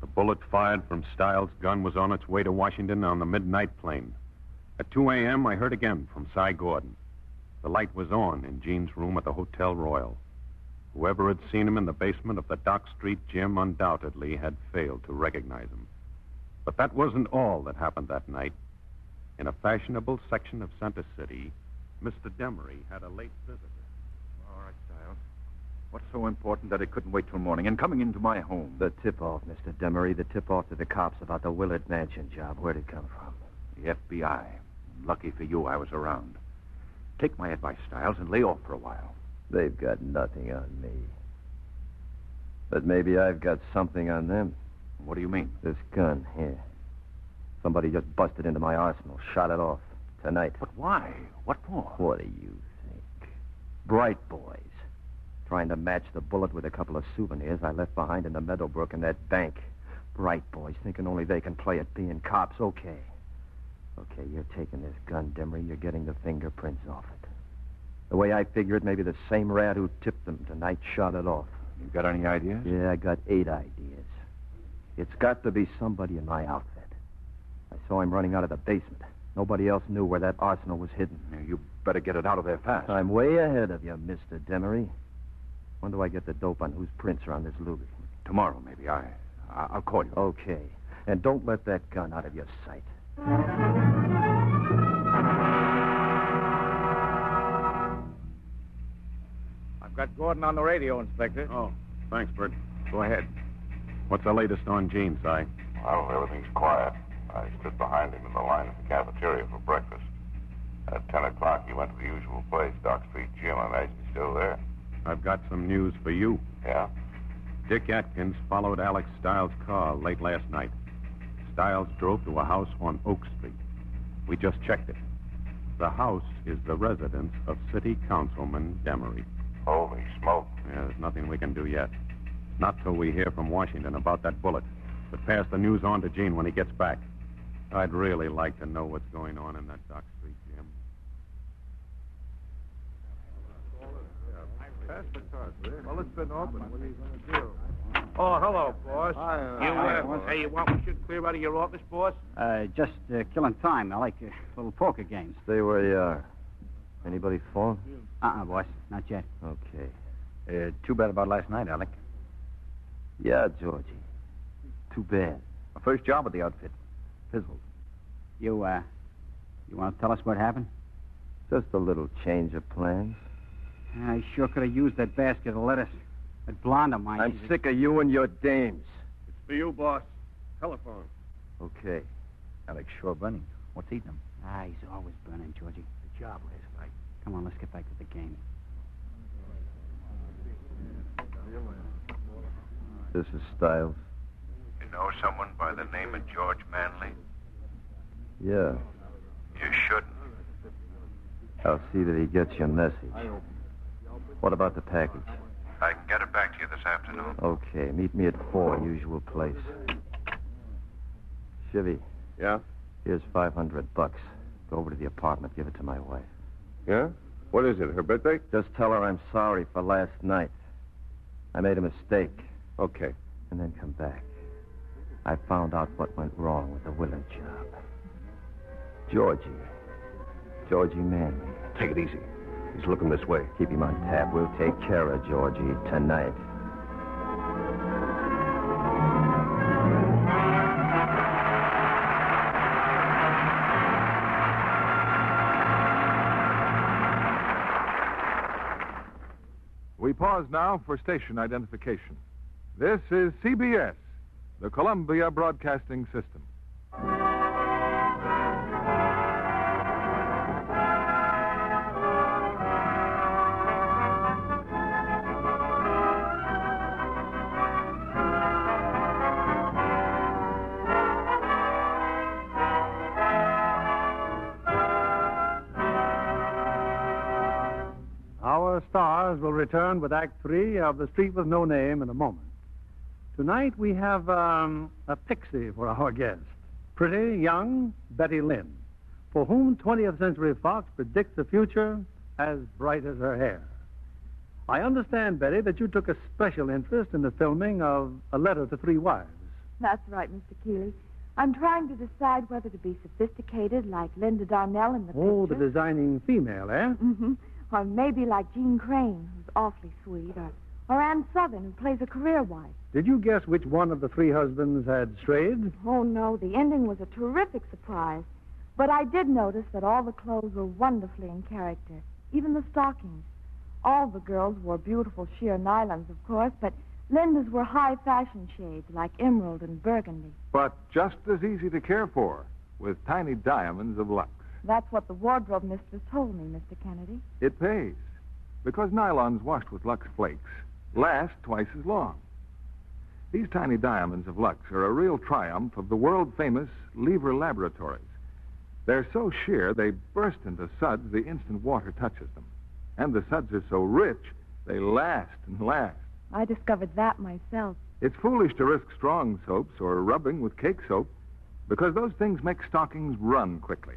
Speaker 2: The bullet fired from Stiles' gun was on its way to Washington on the midnight plane. At 2 a.m., I heard again from Cy Gordon. The light was on in Gene's room at the Hotel Royal. Whoever had seen him in the basement of the Dock Street gym undoubtedly had failed to recognize him. But that wasn't all that happened that night. In a fashionable section of Center City, Mr. Demery had a late visit.
Speaker 38: All right, Stiles. What's so important that it couldn't wait till morning? And coming into my home.
Speaker 3: The tip off, Mr. Demery, the tip off to the cops about the Willard Mansion job. Where'd it come from?
Speaker 38: The FBI. Lucky for you, I was around. Take my advice, Stiles, and lay off for a while.
Speaker 3: They've got nothing on me. But maybe I've got something on them.
Speaker 38: What do you mean?
Speaker 3: This gun here. Somebody just busted into my arsenal, shot it off tonight. But
Speaker 38: why? What for?
Speaker 3: What do you think? Bright boys. Trying to match the bullet with a couple of souvenirs I left behind in the Meadowbrook in that bank. Bright boys, thinking only they can play at being cops. Okay. Okay, you're taking this gun, Demery. You're getting the fingerprints off it. The way I figure it, maybe the same rat who tipped them tonight shot it off.
Speaker 38: You got any ideas?
Speaker 3: Yeah, I got eight ideas. It's got to be somebody in my outfit. I saw him running out of the basement. Nobody else knew where that arsenal was hidden.
Speaker 38: You better get it out of there fast.
Speaker 3: I'm way ahead of you, Mr. Demery. When do I get the dope on whose prints are on this Luger?
Speaker 38: Tomorrow, maybe. I, I- I'll call you.
Speaker 3: Okay. And don't let that gun out of your sight.
Speaker 39: I've got Gordon on the radio, Inspector.
Speaker 2: Oh. Thanks, Bert. Go ahead. What's the latest on Gene, Cy?
Speaker 4: Well, everything's quiet. I stood behind him in the line at the cafeteria for breakfast. At 10 o'clock, he went to the usual place, Dock Street Gym. I imagine he's still there.
Speaker 2: I've got some news for you.
Speaker 4: Yeah?
Speaker 2: Dick Atkins followed Alex Stiles' car late last night. Stiles drove to a house on Oak Street. We just checked it. The house is the residence of City Councilman Demery.
Speaker 4: Holy smoke.
Speaker 2: Yeah, there's nothing we can do yet. Not till we hear from Washington about that bullet. But pass the news on to Gene when he gets back. I'd really like to know what's going on in that Dock Street gym.
Speaker 40: Pass the card, Well, it's been open. What are you going to do?
Speaker 41: Oh, hello, boss.
Speaker 40: You, uh,
Speaker 41: hey, you want we should clear out of your office, boss?
Speaker 42: Uh, just uh, killing time. I like uh, little poker games.
Speaker 3: Stay where you are. Anybody fall?
Speaker 42: Uh-uh, boss. Not yet.
Speaker 3: Okay.
Speaker 37: Uh, too bad about last night, Alec.
Speaker 3: Yeah, Georgie. Too bad.
Speaker 37: My first job at the outfit. Fizzled.
Speaker 42: You, uh, you want to tell us what happened?
Speaker 3: Just a little change of plans.
Speaker 42: I sure could have used that basket of lettuce. That blonde of mine.
Speaker 3: I'm sick of you and your dames.
Speaker 41: It's for you, boss. Telephone.
Speaker 3: Okay.
Speaker 37: Alec sure burning. What's eating him?
Speaker 42: Ah, he's always burning, Georgie.
Speaker 41: The job last night.
Speaker 42: Come on, let's get back to the game.
Speaker 3: This is Stiles.
Speaker 4: know someone by the name of George Manley?
Speaker 3: Yeah.
Speaker 4: You shouldn't.
Speaker 3: I'll see that he gets your message. What about the package?
Speaker 4: I can get it back to you this afternoon.
Speaker 3: Okay, meet me at four, usual place. Chivy.
Speaker 13: Yeah?
Speaker 3: Here's 500 bucks. Go over to the apartment, give it to my wife.
Speaker 13: Yeah? What is it, her birthday?
Speaker 3: Just tell her I'm sorry for last night. I made a mistake.
Speaker 13: Okay.
Speaker 3: And then come back. I found out what went wrong with the Willard job. Georgie. Georgie Manley.
Speaker 13: Take it easy. He's looking this way.
Speaker 3: Keep him on tap. We'll take care of Georgie tonight.
Speaker 1: We pause now for station identification. This is CBS, the Columbia Broadcasting System.
Speaker 43: Our stars will return with Act Three of The Street with No Name in a moment. Tonight we have um, a pixie for our guest. Pretty, young Betty Lynn, for whom 20th Century Fox predicts a future as bright as her hair. I understand, Betty, that you took a special interest in the filming of A Letter to Three Wives.
Speaker 17: That's right, Mr. Keeley. I'm trying to decide whether to be sophisticated like Linda Darnell in the
Speaker 43: Oh, the designing female, eh?
Speaker 17: Mm-hmm. Or maybe like Jean Crane, who's awfully sweet, or, or Anne Southern, who plays a career wife.
Speaker 43: Did you guess which one of the three husbands had strayed?
Speaker 17: Oh, no, the ending was a terrific surprise. But I did notice that all the clothes were wonderfully in character, even the stockings. All the girls wore beautiful sheer nylons, of course, but Linda's were high fashion shades like emerald and burgundy.
Speaker 1: But just as easy to care for with tiny diamonds of luck.
Speaker 17: That's what the wardrobe mistress told me, Mr. Kennedy.
Speaker 1: It pays. Because nylons washed with Lux flakes last twice as long. These tiny diamonds of Lux are a real triumph of the world famous Lever Laboratories. They're so sheer they burst into suds the instant water touches them. And the suds are so rich they last and last.
Speaker 17: I discovered that myself.
Speaker 1: It's foolish to risk strong soaps or rubbing with cake soap because those things make stockings run quickly.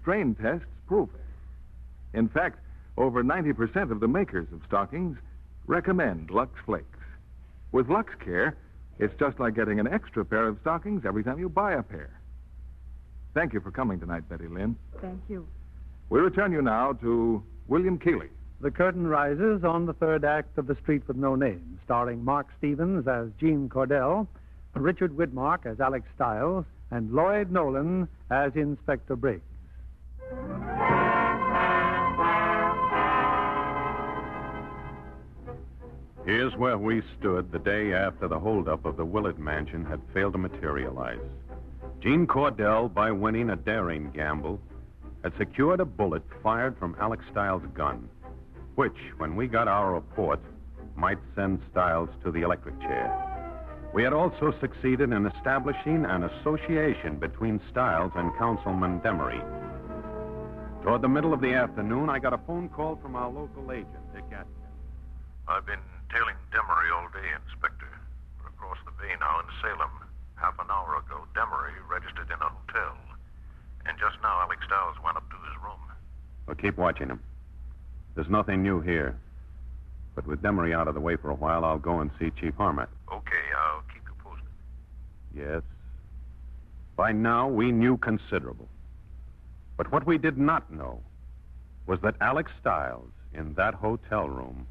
Speaker 1: Strain tests prove it. In fact, over 90% of the makers of stockings recommend Lux Flakes. With Lux Care, it's just like getting an extra pair of stockings every time you buy a pair. Thank you for coming tonight, Betty Lynn.
Speaker 17: Thank you.
Speaker 1: We return you now to William Keeley.
Speaker 43: The curtain rises on the third act of The Street with No Name, starring Mark Stevens as Gene Cordell, Richard Widmark as Alex Stiles, and Lloyd Nolan as Inspector Briggs.
Speaker 2: Here's where we stood the day after the holdup of the Willard Mansion had failed to materialize. Gene Cordell, by winning a daring gamble, had secured a bullet fired from Alex Stiles' gun, which, when we got our report, might send Stiles to the electric chair. We had also succeeded in establishing an association between Stiles and Councilman Demery. Toward the middle of the afternoon, I got a phone call from our local agent, Dick Atkins.
Speaker 4: I've been tailing Demery all day, Inspector. We're across the bay now in Salem. Half an hour ago, Demery registered in a hotel. And just now, Alex Stiles went up to his room.
Speaker 2: Well, keep watching him. There's nothing new here. But with Demery out of the way for a while, I'll go and see Chief Harmon.
Speaker 4: Okay, I'll keep you posted.
Speaker 2: Yes. By now, we knew considerable. But what we did not know was that Alex Stiles, in that hotel room,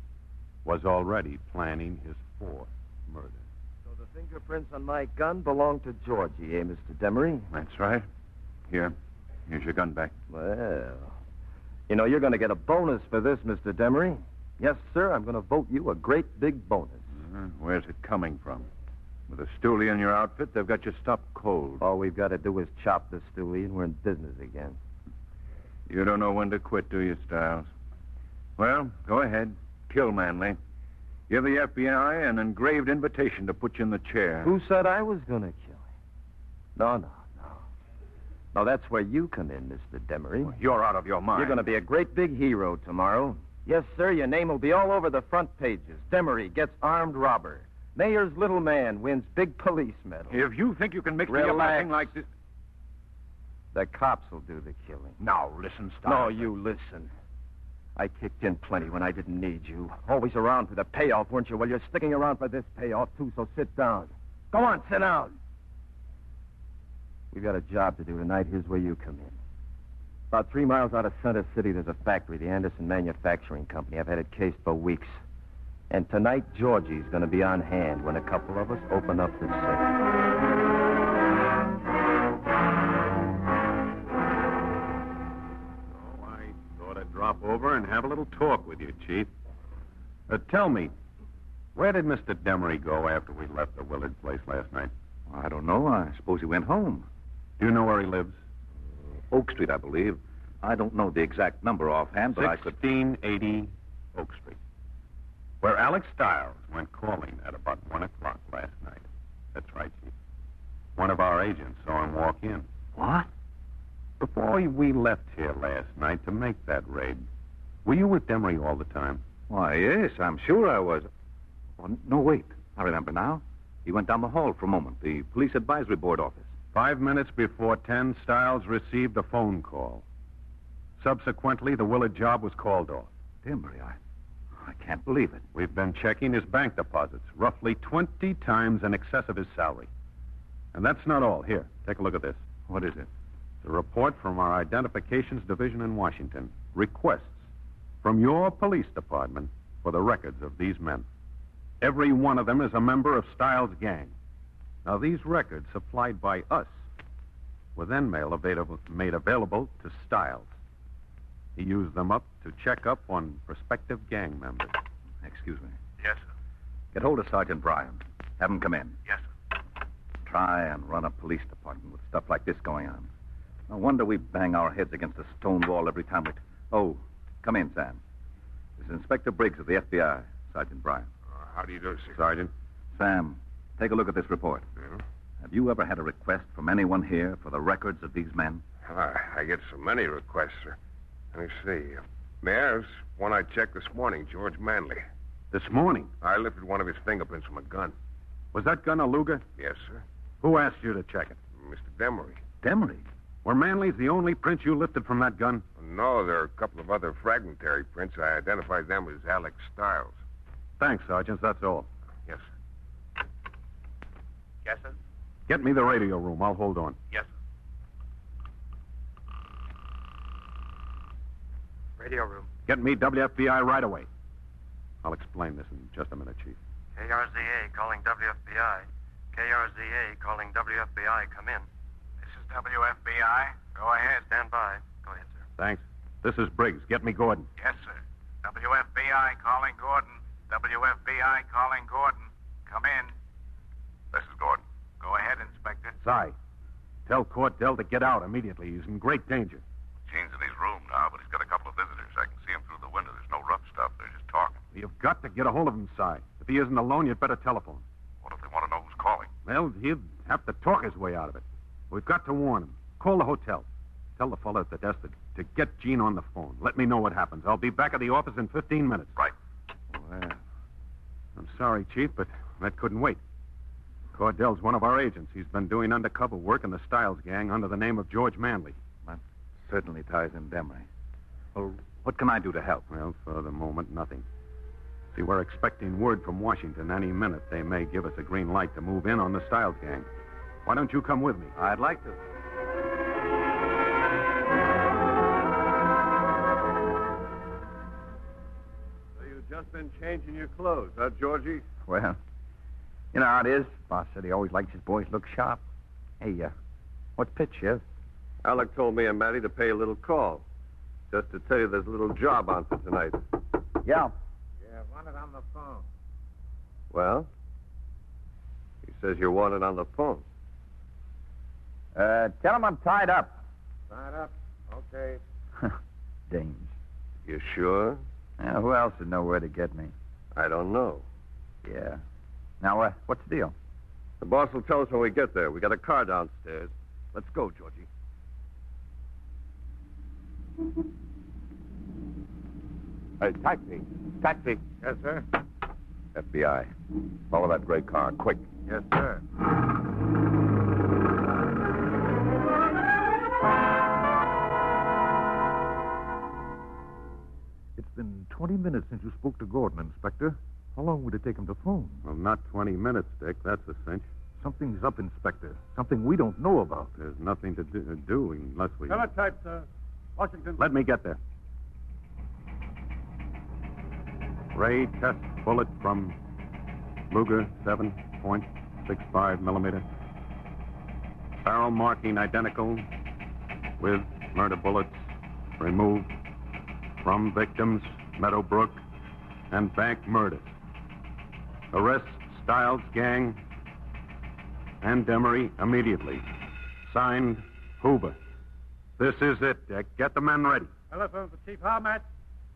Speaker 2: was already planning his fourth murder.
Speaker 3: So the fingerprints on my gun belong to Georgie, eh, Mr. Demery?
Speaker 2: That's right.
Speaker 3: Here.
Speaker 2: Here's your gun back.
Speaker 3: Well, you know, you're going to get a bonus for this, Mr. Demery. Yes, sir, I'm going to vote you a great big bonus.
Speaker 11: Uh-huh. Where's it coming from? With a stoolie in your outfit, they've got you stopped cold.
Speaker 3: All we've got to do is chop this, Stewie, and we're in business again.
Speaker 11: You don't know when to quit, do you, Stiles? Well, go ahead. Kill Manley. Give the FBI an engraved invitation to put you in the chair.
Speaker 3: Who said I was going to kill? No, no, no. No, that's where you come in, Mr. Demery.
Speaker 44: You're out of your mind.
Speaker 3: You're going to be a great big hero tomorrow. Yes, sir, your name will be all over the front pages. Demery gets armed robber. Mayor's little man wins big police medal.
Speaker 4: If you think you can mix me up in a
Speaker 3: Relax.
Speaker 4: thing like this.
Speaker 3: The cops will do the killing.
Speaker 4: Now, listen,
Speaker 3: No,
Speaker 4: Stoddard.
Speaker 3: you listen. I kicked in plenty when I didn't need you. Always around for the payoff, weren't you? Well, you're sticking around for this payoff, too, so sit down. Go on, sit down. We've got a job to do tonight. Here's where you come in. About three miles out of Center City, there's a factory, the Anderson Manufacturing Company. I've had it cased for weeks. And tonight, Georgie's going to be on hand when a couple of us open up the safe.
Speaker 2: Oh, Thought I'd drop over and have a little talk with you, Chief. Uh, tell me, where did Mr. Demery go after we left the Willard place last night?
Speaker 9: I don't know. I suppose he went home. Do you know where he lives? Oak Street, I believe. I don't know the exact number offhand, but I could.
Speaker 2: 1680 Oak Street, where Alex Stiles went calling at about 1 o'clock last night. That's right, Chief. One of our agents saw him walk in.
Speaker 9: What?
Speaker 2: Before we left here last night to make that raid, were you with Demery all the time?
Speaker 9: Why, yes, I'm sure I was. Oh, n- no, wait. I remember now. He went down the hall for a moment, the police advisory board office.
Speaker 2: Five minutes before 10, Stiles received a phone call. Subsequently, the Willard job was called off.
Speaker 9: Demery, I, I can't believe it.
Speaker 2: We've been checking his bank deposits, roughly 20 times in excess of his salary. And that's not all. Here, take a look at this.
Speaker 9: What is it?
Speaker 2: It's a report from our Identifications Division in Washington. Requests from your police department for the records of these men. Every one of them is a member of Stiles' gang. Now, these records supplied by us were then mail available, made available to Stiles. He used them up to check up on prospective gang members.
Speaker 9: Excuse me.
Speaker 4: Yes, sir.
Speaker 9: Get hold of Sergeant Bryan. Have him come in.
Speaker 4: Yes,
Speaker 9: Try and run a police department with stuff like this going on. No wonder we bang our heads against a stone wall every time we. Oh, come in, Sam. This is Inspector Briggs of the FBI, Sergeant Bryan.
Speaker 4: Uh, How do you do, sir?
Speaker 2: Sergeant?
Speaker 9: Sam, take a look at this report. Have you ever had a request from anyone here for the records of these men?
Speaker 4: I, I get so many requests, sir. Let me see. Mayor's one I checked this morning, George Manley.
Speaker 2: This morning,
Speaker 4: I lifted one of his fingerprints from a gun.
Speaker 2: was that gun a Luger?
Speaker 4: Yes, sir.
Speaker 2: Who asked you to check it?
Speaker 4: Mr. Demery.
Speaker 9: Demery?
Speaker 2: Were Manley's the only prints you lifted from that gun?
Speaker 4: No, there are a couple of other fragmentary prints. I identified them as Alex Stiles.
Speaker 2: Thanks, Sergeant. That's all.
Speaker 4: Yes, sir. Yes, sir?
Speaker 2: Get me the radio room. I'll hold on.
Speaker 4: Yes, sir. Radio room.
Speaker 2: Get me WFBI right away. I'll explain this in just a minute, Chief.
Speaker 45: KRZA calling WFBI. KRZA calling WFBI. Come in.
Speaker 46: This is WFBI. Go ahead.
Speaker 45: Stand by. Go ahead, sir.
Speaker 2: Thanks. This is Briggs. Get me Gordon.
Speaker 46: Yes, sir. WFBI calling Gordon. WFBI calling Gordon. Come in. This is Gordon. Go ahead, Inspector.
Speaker 2: Sorry. Tell Cordell to get out immediately. He's in great danger.
Speaker 4: Gene's in his room now, but he's got a couple of visitors. I can see him through the window. There's no rough stuff. They're just talking.
Speaker 2: You've got to get a hold of him, Si. If he isn't alone, you'd better telephone.
Speaker 4: What if they want to know who's calling?
Speaker 2: Well, he'd have to talk his way out of it. We've got to warn him. Call the hotel. Tell the fellow at the desk to, to get Gene on the phone. Let me know what happens. I'll be back at the office in 15 minutes.
Speaker 4: Right.
Speaker 2: Well, I'm sorry, Chief, but that couldn't wait. Cordell's one of our agents. He's been doing undercover work in the Stiles gang under the name of George Manley.
Speaker 9: Certainly ties in Demery. Well, what can I do to help?
Speaker 2: Well, for the moment, nothing. See, we're expecting word from Washington any minute. They may give us a green light to move in on the Stiles gang. Why don't you come with me?
Speaker 9: I'd like to.
Speaker 47: So you've just been changing your clothes, huh, Georgie?
Speaker 9: Well, you know how it is. Boss said he always likes his boys to look sharp. Hey, uh, what pitch, uh? Sheriff?
Speaker 13: Alec told me and Matty to pay a little call. Just to tell you there's a little job on for tonight.
Speaker 9: Yeah.
Speaker 48: Yeah, wanted on the phone.
Speaker 13: Well? He says you're wanted on the phone.
Speaker 9: Uh, tell him I'm tied up.
Speaker 48: Sign up. Okay.
Speaker 9: Dames.
Speaker 13: You sure?
Speaker 9: Yeah, who else would know where to get me?
Speaker 13: I don't know.
Speaker 9: Yeah. Now, uh, what's the deal?
Speaker 13: The boss will tell us when we get there. We got a car downstairs. Let's go, Georgie.
Speaker 12: Hey, taxi. Taxi.
Speaker 49: Yes, sir.
Speaker 12: FBI. Follow that gray car, quick.
Speaker 49: Yes, sir.
Speaker 11: It's been 20 minutes since you spoke to Gordon, Inspector. How long would it take him to phone?
Speaker 2: Well, not 20 minutes, Dick. That's a cinch.
Speaker 11: Something's up, Inspector. Something we don't know about.
Speaker 2: There's nothing to do, do unless we.
Speaker 10: Teletype, sir. Washington.
Speaker 2: Let me get there. Ray test bullet from Luger 7.65 millimeter. Barrel marking identical with murder bullets removed from victims Meadowbrook and Bank murders. Arrest Stiles gang and Demery immediately. Signed Hoover. This is it, Dick. Get the men ready.
Speaker 10: Telephone for Chief Harmat.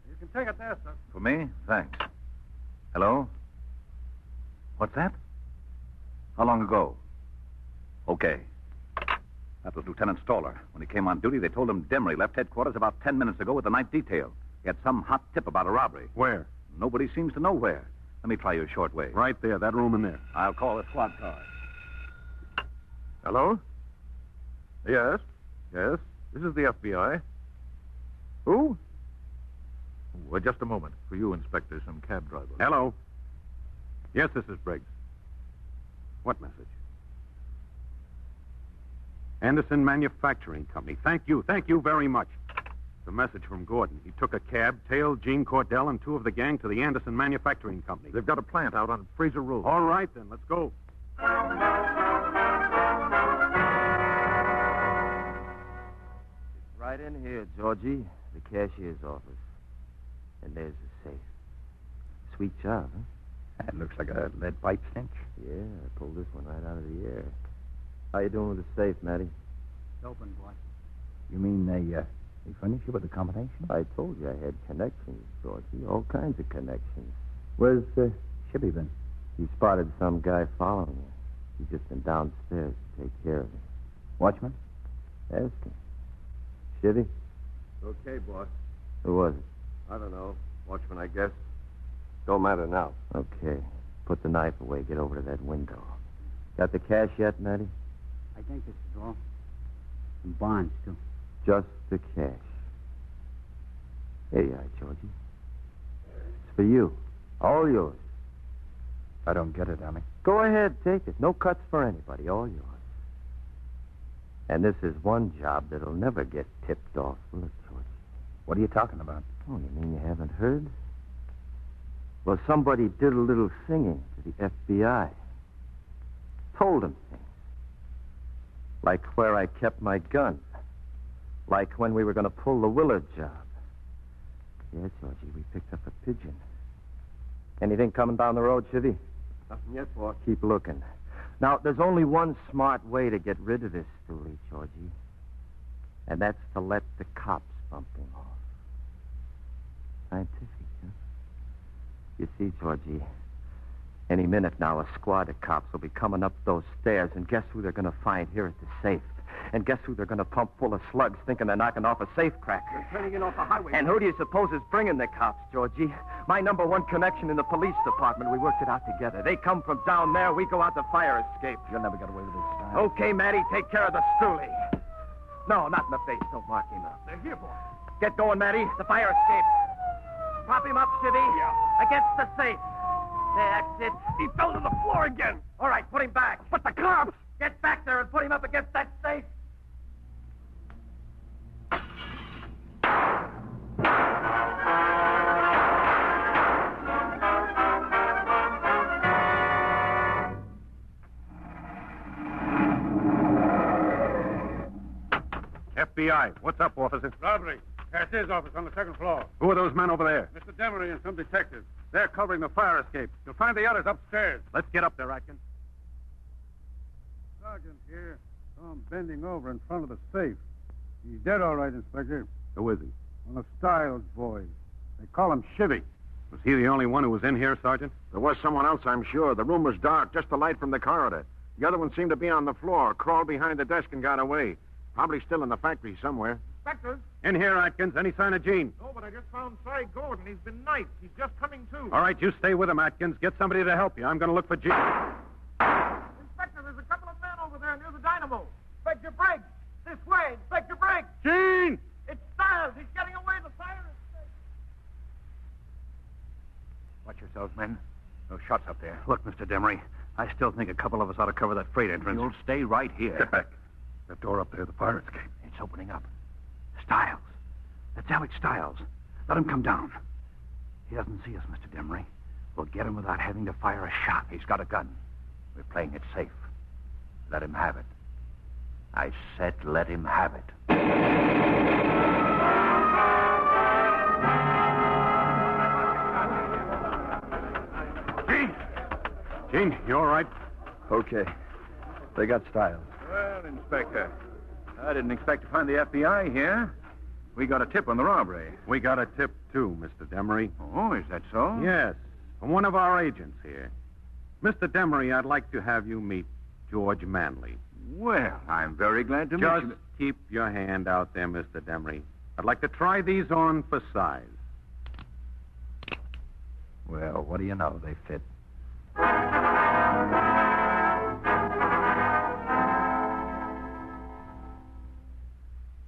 Speaker 10: You can take it there, sir.
Speaker 9: For me? Thanks. Hello? What's that? How long ago? Okay. That was Lieutenant Stoller. When he came on duty, they told him Demery left headquarters about ten minutes ago with the night detail. He had some hot tip about a robbery.
Speaker 2: Where?
Speaker 9: Nobody seems to know where. Let me try your short way.
Speaker 2: Right there, that room in there.
Speaker 9: I'll call a squad car.
Speaker 11: Hello? Yes. Yes. This is the FBI. Who? Well, just a moment. For you, Inspector, some cab driver.
Speaker 2: Hello. Yes, this is Briggs. What message? Anderson Manufacturing Company. Thank you. Thank you very much. The message from Gordon. He took a cab, tailed Gene Cordell and two of the gang to the Anderson Manufacturing Company.
Speaker 11: They've got a plant out on Fraser Road.
Speaker 2: All right, then. Let's go.
Speaker 3: Right in here, Georgie. The cashier's office. And there's the safe. Sweet job, huh?
Speaker 9: That looks like a lead pipe cinch.
Speaker 3: Yeah, I pulled this one right out of the air. How you doing with the safe, Matty?
Speaker 42: Open, boy.
Speaker 9: You mean they, uh, they furnish you with a combination?
Speaker 3: I told you I had connections, Georgie. All kinds of connections. Where's uh, Shippy been? He spotted some guy following you. He's just been downstairs to take care of him.
Speaker 9: Watchman?
Speaker 3: Ask him. Shitty?
Speaker 13: Okay, boss.
Speaker 3: Who was it?
Speaker 13: I don't know. Watchman, I guess. Don't matter now.
Speaker 3: Okay. Put the knife away. Get over to that window. Got the cash yet, Matty?
Speaker 42: I think this is all. And bonds, too.
Speaker 3: Just the cash. Here you are, Georgie. It's for you. All yours.
Speaker 9: I don't get it, Amy.
Speaker 3: Go ahead, take it. No cuts for anybody. All yours. And this is one job that'll never get tipped off, will it, Georgie?
Speaker 9: What are you talking about?
Speaker 3: Oh, you mean you haven't heard? Well, somebody did a little singing to the FBI. Told them things. Like where I kept my gun. Like when we were going to pull the Willard job. Yeah, Georgie, we picked up a pigeon. Anything coming down the road, Chivy?
Speaker 13: Nothing yet, boss.
Speaker 3: Keep looking. Now, there's only one smart way to get rid of this stoolie, Georgie. And that's to let the cops bump him off. Scientific, huh? You see, Georgie, any minute now a squad of cops will be coming up those stairs, and guess who they're going to find here at the safe? And guess who they're going to pump full of slugs thinking they're knocking off a safe cracker?
Speaker 49: Turning in off the highway.
Speaker 3: And who do you suppose is bringing the cops, Georgie? My number one connection in the police department. We worked it out together. They come from down there. We go out the fire escape.
Speaker 9: You'll never get away with this, Stein.
Speaker 3: Okay, Matty, take care of the stoolie. No, not in the face. Don't mark him up.
Speaker 49: They're here, boy.
Speaker 3: Get going, Matty. The fire escape. Prop him up, Shivy.
Speaker 49: Yeah.
Speaker 3: Against the safe. There, That's it.
Speaker 49: He fell to the floor again.
Speaker 3: All right, put him back.
Speaker 49: But the cops!
Speaker 3: Get back there and put him up against that safe.
Speaker 2: FBI. What's up, officer?
Speaker 10: Robbery. Cashier's office on the second floor.
Speaker 2: Who are those men over there?
Speaker 10: Mr. Demery and some detectives. They're covering the fire escape. You'll find the others upstairs.
Speaker 2: Let's get up there, Atkins.
Speaker 10: Sergeant here saw him bending over in front of the safe. He's dead, all right, Inspector.
Speaker 2: Who is he?
Speaker 10: One of Styles' boys. They call him Shivy.
Speaker 2: Was he the only one who was in here, Sergeant?
Speaker 14: There was someone else, I'm sure. The room was dark, just the light from the corridor.
Speaker 50: The other one seemed to be on the floor, crawled behind the desk and got away. Probably still in the factory somewhere.
Speaker 51: Inspector?
Speaker 50: In here, Atkins. Any sign of Gene?
Speaker 51: No, but I just found Cy Gordon. He's been knifed. He's just coming to.
Speaker 50: All right, you stay with him, Atkins. Get somebody to help you. I'm going to look for Gene.
Speaker 51: Inspector, there's a couple of men over there near the dynamo. Inspector Briggs! This way! Inspector Briggs!
Speaker 50: Gene!
Speaker 51: It's Styles! He's getting away! The fire is...
Speaker 3: Watch yourselves, men. No shots up there. Look, Mr. Demery, I still think a couple of us ought to cover that freight entrance. You'll stay right here. Get back. The door up there, the fire escape. It's opening up. Styles. That's Alex Styles. Let him come down. He doesn't see us, Mr. Demery. We'll get him without having to fire a shot. He's got a gun. We're playing it safe. Let him have it. I said let him have it.
Speaker 50: Gene! Gene, you all right?
Speaker 42: Okay. They got Styles.
Speaker 52: Well, Inspector, I didn't expect to find the FBI here. We got a tip on the robbery.
Speaker 50: We got a tip, too, Mr. Demery.
Speaker 52: Oh, is that so?
Speaker 50: Yes, from one of our agents here. Mr. Demery, I'd like to have you meet George Manley.
Speaker 52: Well, I'm very glad to
Speaker 50: Just
Speaker 52: meet you.
Speaker 50: keep your hand out there, Mr. Demery. I'd like to try these on for size.
Speaker 42: Well, what do you know? They fit.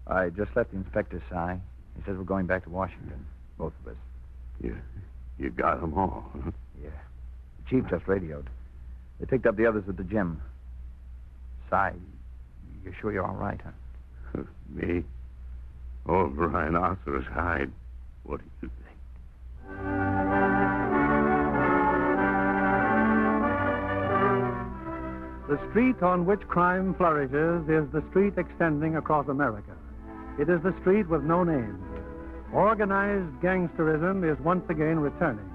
Speaker 42: I just left the inspector, Cy. He says we're going back to Washington, both of us.
Speaker 53: You, you got them all. huh?
Speaker 42: Yeah. The chief just radioed. They picked up the others at the gym. Cy, you're sure you're all right, huh?
Speaker 53: Me? Old rhinoceros hide. What do you think?
Speaker 54: The street on which crime flourishes is the street extending across America. It is the street with no name. Organized gangsterism is once again returning.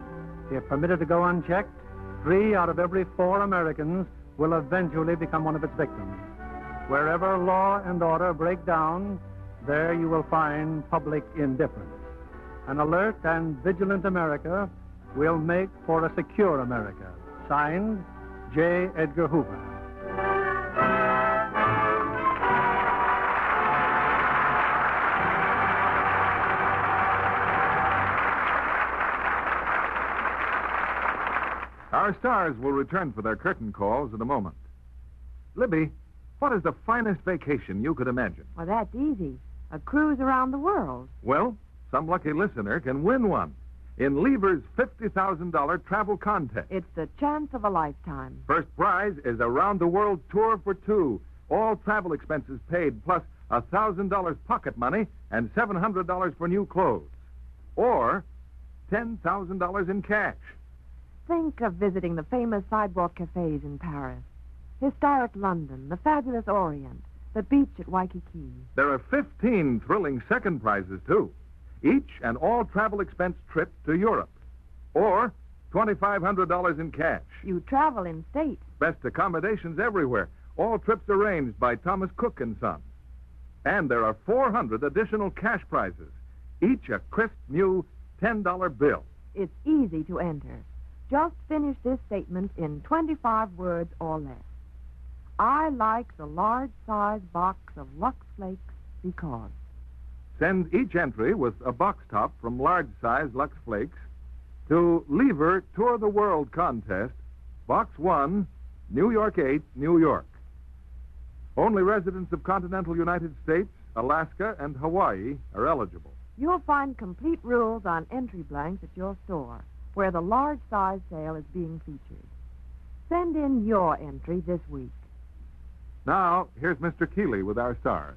Speaker 54: If permitted to go unchecked, three out of every four Americans will eventually become one of its victims. Wherever law and order break down, there you will find public indifference. An alert and vigilant America will make for a secure America. Signed, J. Edgar Hoover.
Speaker 2: Our stars will return for their curtain calls in a moment. Libby, what is the finest vacation you could imagine?
Speaker 17: Well, that's easy. A cruise around the world.
Speaker 2: Well, some lucky listener can win one in Lever's $50,000 travel contest.
Speaker 17: It's the chance of a lifetime.
Speaker 2: First prize is a round the world tour for two. All travel expenses paid, plus $1,000 pocket money and $700 for new clothes. Or $10,000 in cash.
Speaker 17: Think of visiting the famous sidewalk cafes in Paris, historic London, the fabulous Orient, the beach at Waikiki.
Speaker 2: There are 15 thrilling second prizes, too. Each an all travel expense trip to Europe. Or $2,500 in cash.
Speaker 17: You travel in state.
Speaker 2: Best accommodations everywhere. All trips arranged by Thomas Cook and Son. And there are 400 additional cash prizes, each a crisp new $10 bill.
Speaker 17: It's easy to enter. Just finish this statement in 25 words or less. I like the large size box of Lux Flakes because.
Speaker 2: Send each entry with a box top from large size Lux Flakes to Lever Tour the World Contest, Box 1, New York 8, New York. Only residents of continental United States, Alaska, and Hawaii are eligible.
Speaker 17: You'll find complete rules on entry blanks at your store, where the large size sale is being featured. Send in your entry this week.
Speaker 2: Now, here's Mr. Keeley with our stars.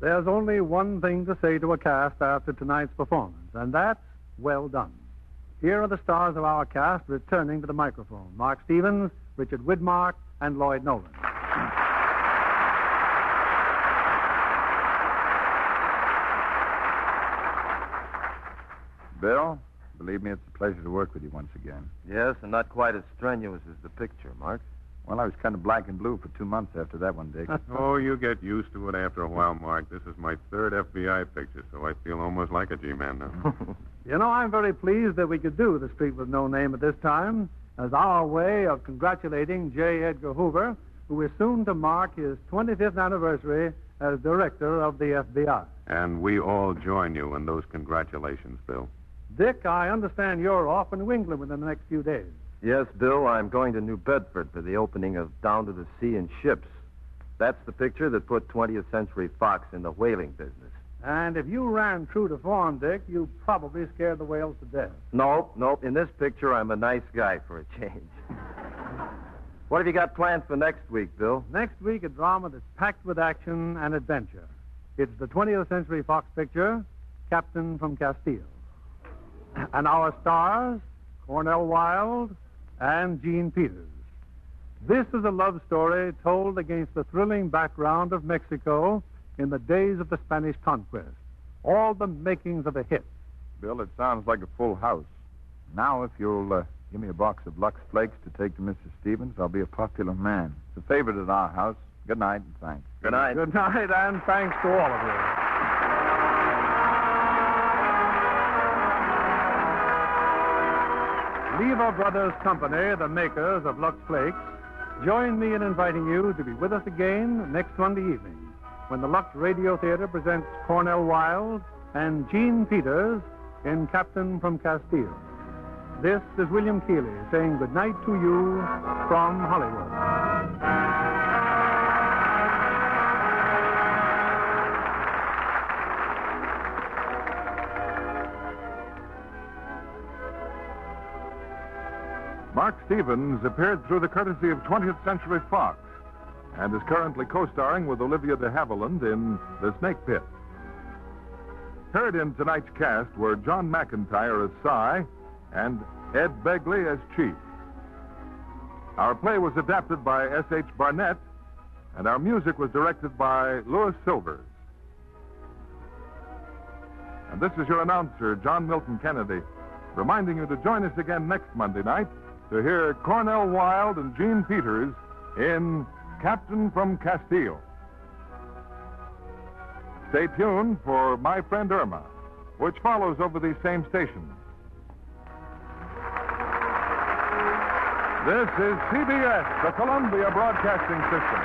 Speaker 54: There's only one thing to say to a cast after tonight's performance, and that's well done. Here are the stars of our cast returning to the microphone Mark Stevens, Richard Widmark, and Lloyd Nolan.
Speaker 42: Bill, believe me, it's a pleasure to work with you once again. Yes, and not quite as strenuous as the picture, Mark. Well, I was kind of black and blue for two months after that one, Dick.
Speaker 55: oh, you get used to it after a while, Mark. This is my third FBI picture, so I feel almost like a G-man now.
Speaker 54: You know, I'm very pleased that we could do The Street with No Name at this time as our way of congratulating J. Edgar Hoover
Speaker 2: who is soon to mark his 25th anniversary as director of the FBI.
Speaker 56: And we all join you in those congratulations, Bill.
Speaker 2: Dick, I understand you're off in New England within the next few days.
Speaker 3: Yes, Bill, I'm going to New Bedford for the opening of Down to the Sea in Ships. That's the picture that put 20th Century Fox in the whaling business.
Speaker 2: And if you ran true to form, Dick, you probably scared the whales to death.
Speaker 3: Nope, nope. In this picture, I'm a nice guy for a change. what have you got planned for next week, Bill?
Speaker 2: Next week, a drama that's packed with action and adventure. It's the 20th Century Fox picture, Captain from Castile. And our stars, Cornell Wilde and Gene Peters. This is a love story told against the thrilling background of Mexico in the days of the Spanish conquest. All the makings of a hit.
Speaker 57: Bill, it sounds like a full house. Now, if you'll uh, give me a box of Lux Flakes to take to Mr. Stevens, I'll be a popular man. It's a favorite at our house. Good night and thanks.
Speaker 3: Good night.
Speaker 2: Good night, and thanks to all of you. Lever Brothers Company, the makers of Lux Flakes, join me in inviting you to be with us again next Monday evening when the Lux Radio Theater presents Cornell Wilde and Gene Peters in Captain from Castile. This is William Keeley saying good night to you from Hollywood.
Speaker 58: Mark Stevens appeared through the courtesy of 20th Century Fox and is currently co starring with Olivia de Havilland in The Snake Pit. Heard in tonight's cast were John McIntyre as Cy and Ed Begley as Chief. Our play was adapted by S.H. Barnett, and our music was directed by Louis Silvers. And this is your announcer, John Milton Kennedy, reminding you to join us again next Monday night to hear Cornell Wilde and Gene Peters in Captain from Castile. Stay tuned for My Friend Irma, which follows over these same stations. This is CBS, the Columbia Broadcasting System.